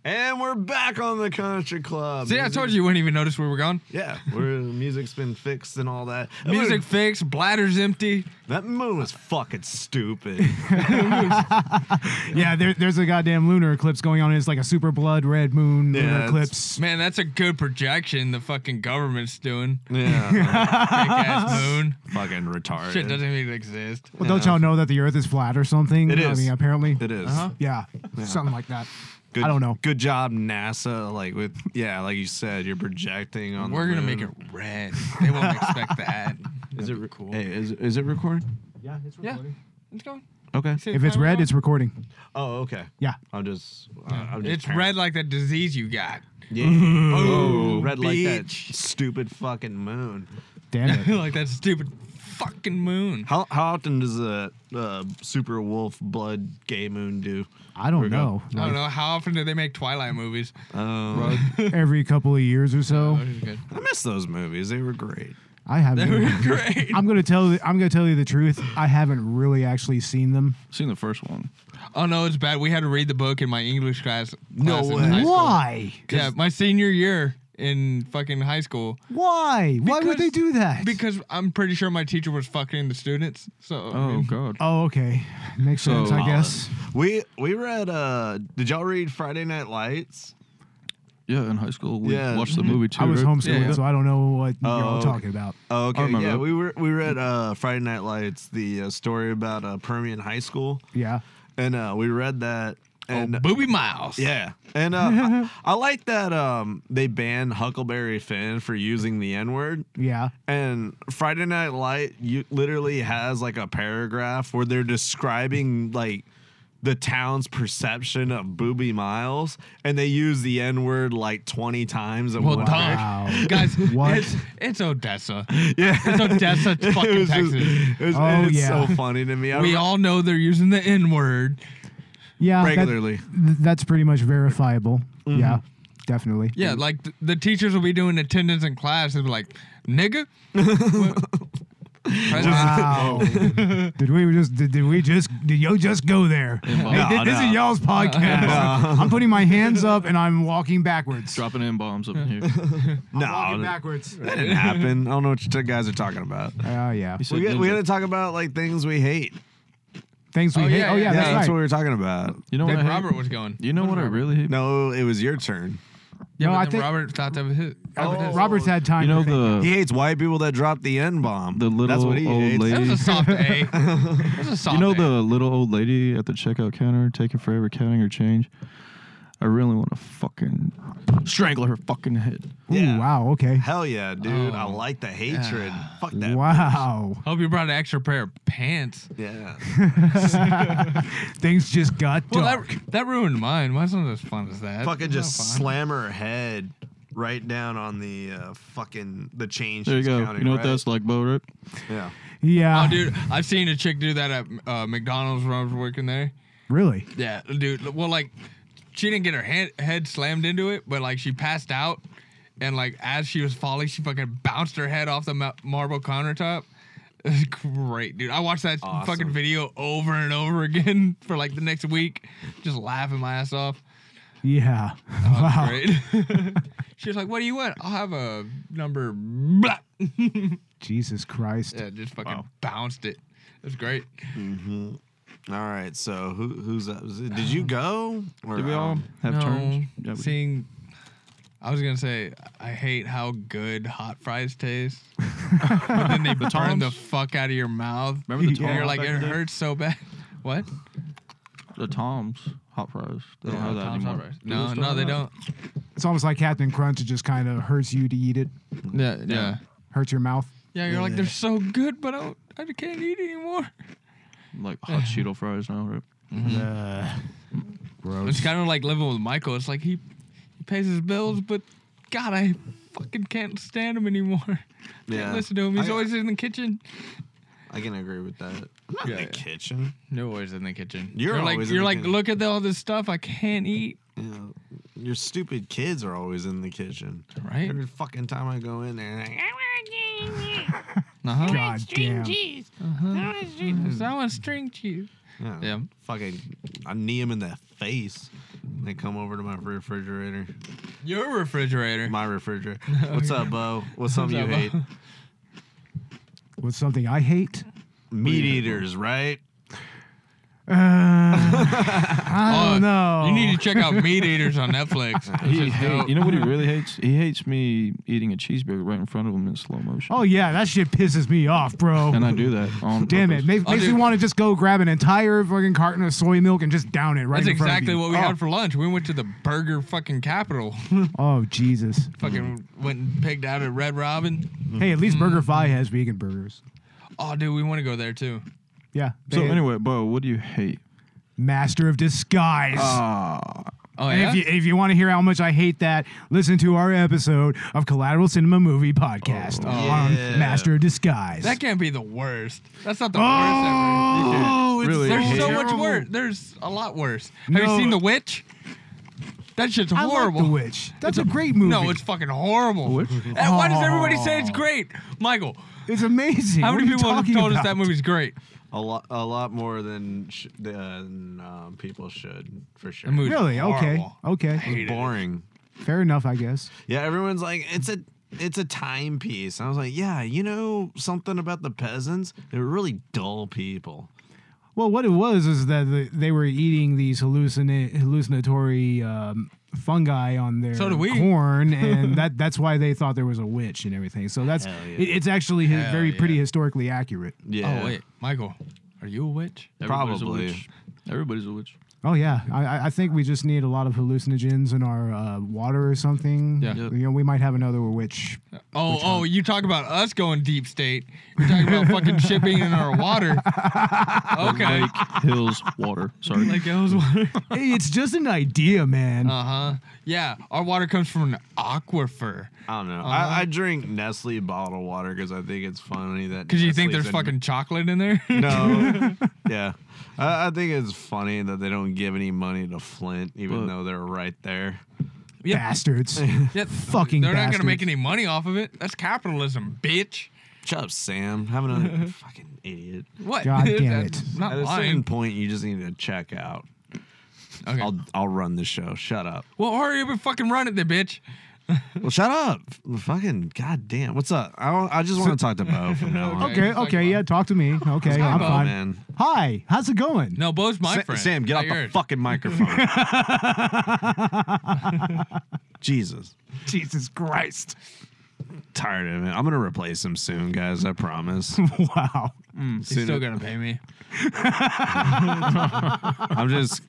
And we're back on the country club.
See, I told you you wouldn't even notice we were gone.
Yeah, we're music's been fixed and all that. That
Music
moon-
fixed, bladder's empty.
that moon was fucking stupid.
Yeah, there, there's a goddamn lunar eclipse going on. It's like a super blood red moon
Yeah,
lunar
it's-
eclipse.
Man, that's a good projection the fucking government's doing.
yeah. uh,
Big ass moon.
fucking retarded.
Shit doesn't even exist.
Well, don't y'all know that the Earth is flat or something?
It
I
is.
mean, apparently.
It is.
Uh-huh.
Yeah, something like that.
Good,
I don't know.
Good job, NASA. Like with yeah, like you said, you're projecting on.
We're
the
gonna
moon.
make it red. They won't expect that.
Is it cool? Hey, is is it recording?
Yeah, it's
Yeah, it's going.
Okay.
If it's red, it's recording.
Oh, okay.
Yeah.
I'm just. uh, I'm just
It's red like that disease you got.
Yeah. Oh,
Ooh,
red like that
bitch.
stupid fucking moon.
Damn it.
like that stupid fucking moon.
How how often does a uh, super wolf blood gay moon do?
I don't
We're good.
know.
I don't
Like,
know how often do they make Twilight movies.
Um,
every couple of years or so.
Those are good.
I miss those movies. They were great.
I
They were
haven't.
great.
I'm gonna tell. I'm gonna tell you the truth. I haven't really actually seen them.
Seen the first one.
Oh no, it's bad. We had to read the book in my English class.
No
class in
way.
high school.
Why?
Yeah, my senior year in fucking high school.
Why? Why would
Because-
they do that?
Because I'm pretty sure my teacher was fucking the students. So I
Oh
mean,
God.
Oh, okay. Makes
So-
uh,
sense, I guess.
We we read. Uh, did y'all read Friday Night Lights?
Yeah, Mm-hmm. in high school we
Yeah.
watched the movie too.
I was
right?
homeschooled,
yeah.
so I don't know what you're
Oh,
all
okay.
talking about.
Oh, okay.
remember
Yeah,
that.
we were we read uh, Friday Night Lights, the uh, story about uh, Permian High School,
Yeah.
and uh, we read that. And
oh, Booby Miles.
Yeah, and uh, I, I like that um, they banned Huckleberry Finn for using the N word.
Yeah.
And Friday Night Light you, literally has like a paragraph where they're describing like the town's perception of Booby Miles, and they use the N word like twenty times. in
Well,
one
duh.
paragraph.
Wow.
Guys,
What?
it's it's Odessa.
Yeah.
It's Odessa,
It
fucking
was just-
Texas.
it was-
Oh,
it's
yeah.
so funny to me. I
we
re-
all know they're using the N word.
Yeah. that-
regularly.
th- that's pretty much verifiable.
Mm-hmm.
Yeah. Definitely.
Mm.
Yeah, like th- the teachers will be doing attendance in class and be like, nigga. What?
Wow. did we just did, did we just did yo just go there?
Involved.
Hey, thi-
No,
this
no.
is y'all's podcast. I'm putting my hands up and I'm walking backwards.
Dropping in bombs up in here.
I'm walking
No, that
backwards.
didn't happen. I don't know what you two guys are talking about.
Oh yeah.
He said
We got, we
ninja.
got to talk about like things we hate.
Things we
Oh,
hate.
yeah,
oh
yeah,
yeah,
Yeah,
that's,
that's
right.
what we were talking about.
you know what I
Then
hate?
Robert was going.
You know what I really hate?
No, it was your turn.
Yeah,
No,
but
I
then
think-
Robert thought that was his.
Oh.
that was his.
Robert's had time.
You
to
know
think.
He
the
hates white people that drop the N bomb.
The
That's
little
what he
old
hates.
lady.
That was a soft A. That was a soft
you know
A.
the little old lady at the checkout counter taking forever counting her change. I really want to fucking strangle her fucking head.
Ooh,
Yeah.
wow. Okay.
Hell yeah, dude. I
Oh.
like the hatred. Fuck that.
Wow.
Hope you brought an extra pair of pants.
Yeah.
Things just got
Well,
dark.
that that ruined mine. Mine's not as fun as that.
fucking
It's
just
not fun.
slam her head right down on the uh, fucking the change.
There you
she's
go.
counting,
You know what
right?
that's like, Bo? Right?
Yeah.
yeah.
Oh, dude, I've seen a chick do that at uh, McDonald's when I was working there.
Really?
Yeah, dude. Well, like, she didn't get her head, head slammed into it, but like she passed out, and like as she was falling, she fucking bounced her head off the ma- marble countertop. It was great, dude. I watched that
Awesome.
fucking video over and over again for like the next week, just laughing my ass off.
Yeah.
That was
wow.
Great. she was like, "What do you want? I'll have a number." Blah.
Jesus Christ.
Yeah, just fucking
Wow.
bounced it. It was great.
All right. So who who's up? Is it- Did you go? Or um,
Did we
I
all
don't-
have turns? Yeah, we-
seeing. I was gonna say I hate how good hot fries taste. but then they burn the
Toms?
fuck out of your mouth.
Remember the
And
Toms?
you're like
back
it
in the day?
hurts so bad. What?
The Toms hot fries. They don't
Yeah,
have that
Toms hot
anymore.
fries.
Do
No,
still
no,
have
they
that?
don't.
It's almost like Captain Crunch. It just kind of hurts you to eat it.
Yeah, yeah,
Hurts your mouth.
yeah. You're like they're so good, but I, don't, I can't eat anymore.
Like hot Cheeto fries now, right?
It's kind of like living with Michael. It's like he, he pays his bills, but God, I fucking can't stand him anymore. Can't
Yeah.
listen to him. He's
I-
always in the kitchen.
I can agree with that. I'm not
Yeah.
in the kitchen.
No, always in the kitchen.
You're
like
always in
you're
the
like
kitchen.
look at the- all this stuff I can't eat.
You know, your stupid kids are always in the kitchen.
Right.
Every fucking time I go in there.
Uh huh.
God damn.
I want string cheese.
Yeah.
Yeah.
Fucking, I knee him in the face. And they come over to my refrigerator.
Your refrigerator.
My refrigerator. What's up, Bo? What's something you
Oh, What's
hate?
up, Bo?
What's something I hate?
Meat eaters, right?
Uh, I don't know.
Uh, You need to check out Meat Eaters on Netflix. It's
He
just
hate,
dope.
you know what he really hates? He hates me eating a cheeseburger right in front of him in slow motion.
oh yeah, that shit pisses me off, bro.
And I do that. On
Damn it!
purpose.
Make,
I'll
makes
do-
me want to just go grab an entire fucking carton of soy milk and just down it right
That's
in front
exactly
of you.
what we
Oh.
had for lunch. We went to the burger fucking capital.
Oh Jesus!
fucking went and pigged out at Red Robin.
Mm-hmm.
Hey, at least
Mm-hmm.
Burger Fi has vegan burgers.
Oh, dude, we want to go there too.
Yeah.
So
they-
anyway, Bo, what do you hate?
Master of Disguise.
Uh.
Oh
And
yeah.
if you if you want to hear how much I hate that, listen to our episode of Collateral Cinema Movie
Oh,
Podcast on
yeah.
Master of Disguise.
that can't be the worst. That's not the worst ever.
Oh,
it's really
There's
hate
so
it.
much
Terrible.
worse. There's a lot worse. Have
No.
you seen The Witch? That shit's
I
horrible.
like The Witch. That's a great movie.
No, it's fucking horrible. And Why does everybody say it's great? Michael,
It's amazing.
how
What
many
are you
people have
talking
told us
about?
that movie's great?
A lot, a lot more than sh- than um, people should for sure.
The movie-
Really? Okay.
Horrible.
Okay.
It's boring.
Fair enough, I guess.
Yeah, everyone's like, it's a it's a timepiece. And I was like, yeah, you know something about the peasants? They were really dull people.
Oh,
Well, what it was is that the- they were eating these hallucina- hallucinatory um, fungi on their
So do we.
corn, and that that's why they thought there was a witch and everything. So that's
Hell yeah.
it, it's actually hi-
Hell
very pretty
yeah.
historically accurate.
Yeah.
Oh wait, Michael, are you a witch?
Everybody's a
Probably.
witch. Everybody's a witch.
Oh yeah, I- I, I think we just need a lot of hallucinogens in our uh, water or something.
Yeah.
you know, we might have another witch.
Oh, oh, you talk about us going deep state. You're talking about fucking shipping in our water. Okay.
Lake Hills water. Sorry.
Like it was water.
hey, it's just an idea, man.
Uh huh. Yeah, our water comes from an aquifer.
I don't know.
Uh-huh.
I, I drink Nestle bottled water because I think it's funny that.
Cause you think
Nestle's
there's
in-
fucking chocolate in there?
No. yeah. I, I think it's funny that they don't give any money to Flint, even
But-
though they're right there.
yeah.
Bastards.
Yeah,
Fucking
They're not gonna make
bastards.
any money off of it. That's capitalism, bitch.
Shut up, Sam. Have another fucking idiot.
What?
God damn
That's
it.
At
Not
a certain
lying.
point, you just need to check out.
Okay.
I'll I'll run the show. Shut up.
well, hurry up and fucking run it, then, bitch.
Well, shut up. Fucking goddamn. What's up? I don't, I just want to talk to Bo from now on.
Okay,
he's like,
okay,
"Mom."
yeah, talk to me. Okay, I'm
Bo,
fine.
man.
Hi, how's it going?
No, Bo's my
Sa-
friend.
Sam, get
not
off the
yours.
fucking microphone. Jesus.
Jesus Christ.
Tired of it. I'm gonna replace him soon, guys. I promise.
Wow.
He's still gonna pay me.
I'm just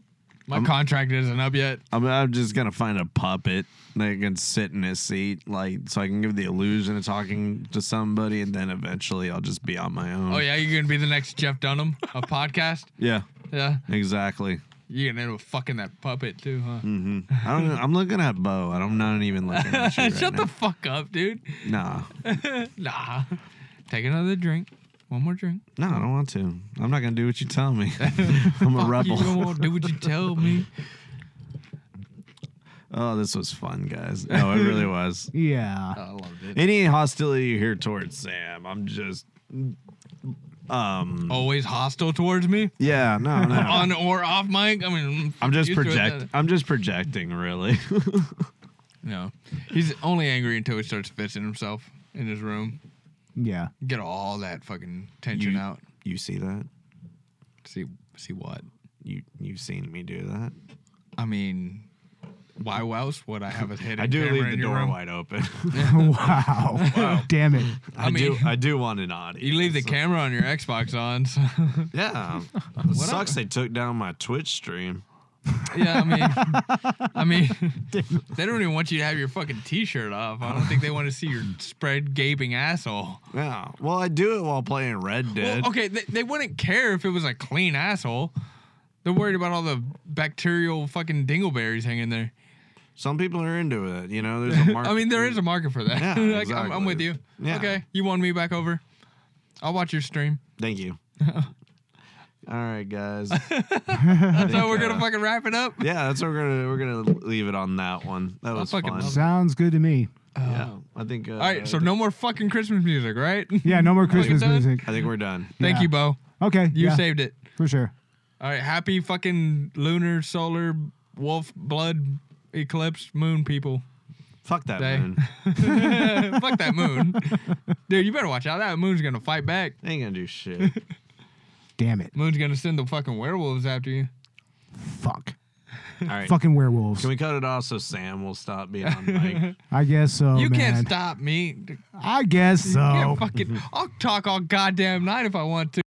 My contract isn't up yet.
I'm, I'm just gonna find a puppet that can sit in his seat, like so I can give the illusion of talking to somebody, and then eventually I'll just be on my own.
Oh yeah, you're gonna be the next Jeff Dunham of podcast.
yeah,
Yeah,
exactly.
you're gonna end up fucking that puppet too, huh?
Mm, I don't. I'm looking at Bo. and I'm not even looking at you right
Shut
now.
the fuck up, dude.
nah,
Nah. Take another drink. One more drink.
no, I don't want to. I'm not gonna do what you tell me. I'm a
You don't
rebel.
wanna do what you tell me.
Oh, this was fun, guys. No, it really was.
Yeah.
I loved it.
Any hostility you hear towards Sam, I'm just. Um.
Always hostile towards me,
Yeah. No. No.
on or off mic. I mean,
I'm just
used to it.
project. I'm just projecting, really.
No, he's only angry until he starts fishing himself in his room.
Yeah.
Get all that fucking tension out.
you see that?
See, see what?
You you've seen me do that?
I mean, why else would I have a hidden
I do
camera
leave
in
the
your
door
room?
wide open.
wow. Damn it.
I, do.
mean-
I do want an audience.
You leave the camera on your Xbox on. So.
Yeah. It sucks they took down my Twitch stream.
yeah, I mean, I mean, they don't even want you to have your fucking T-shirt off. I don't think they want to see your spread gaping asshole.
Yeah. Well, I do it while playing Red Dead.
Well, okay, they, they wouldn't care if it was a clean asshole. They're worried about all the bacterial fucking dingleberries hanging there.
Some people are into it. You know, there's a market.
I mean, there is a market for that.
Yeah,
Like, I'm, I'm
exactly.
with you.
Yeah.
Okay, you won me back over. I'll watch your stream.
Thank you. All right, guys. I think,
So
uh,
we're gonna fucking wrap it up.
Yeah, that's what we're gonna we're gonna leave it on that one. That was
fucking
fun.
love
Sounds good to me.
Yeah, I think. Uh,
All right, so no more fucking Christmas music, right?
Yeah, no more Christmas
done?
music.
I think we're done.
Thank
Yeah.
you, Bo.
Okay.
You
yeah,
saved it.
For sure.
All right, happy fucking lunar, solar, wolf, blood, eclipse, moon people.
Fuck that
Day.
man.
Fuck that moon. Dude, you better watch out. That moon's gonna fight back.
They ain't gonna do shit.
Damn it.
Moon's gonna send the fucking werewolves after you.
Fuck.
All right.
Fucking werewolves.
Can we cut it off so Sam will stop being on mic?
I guess so.
you
Oh, man. Oh.
can't stop me. You
I guess so.
can't fucking I'll talk all goddamn night if I want to.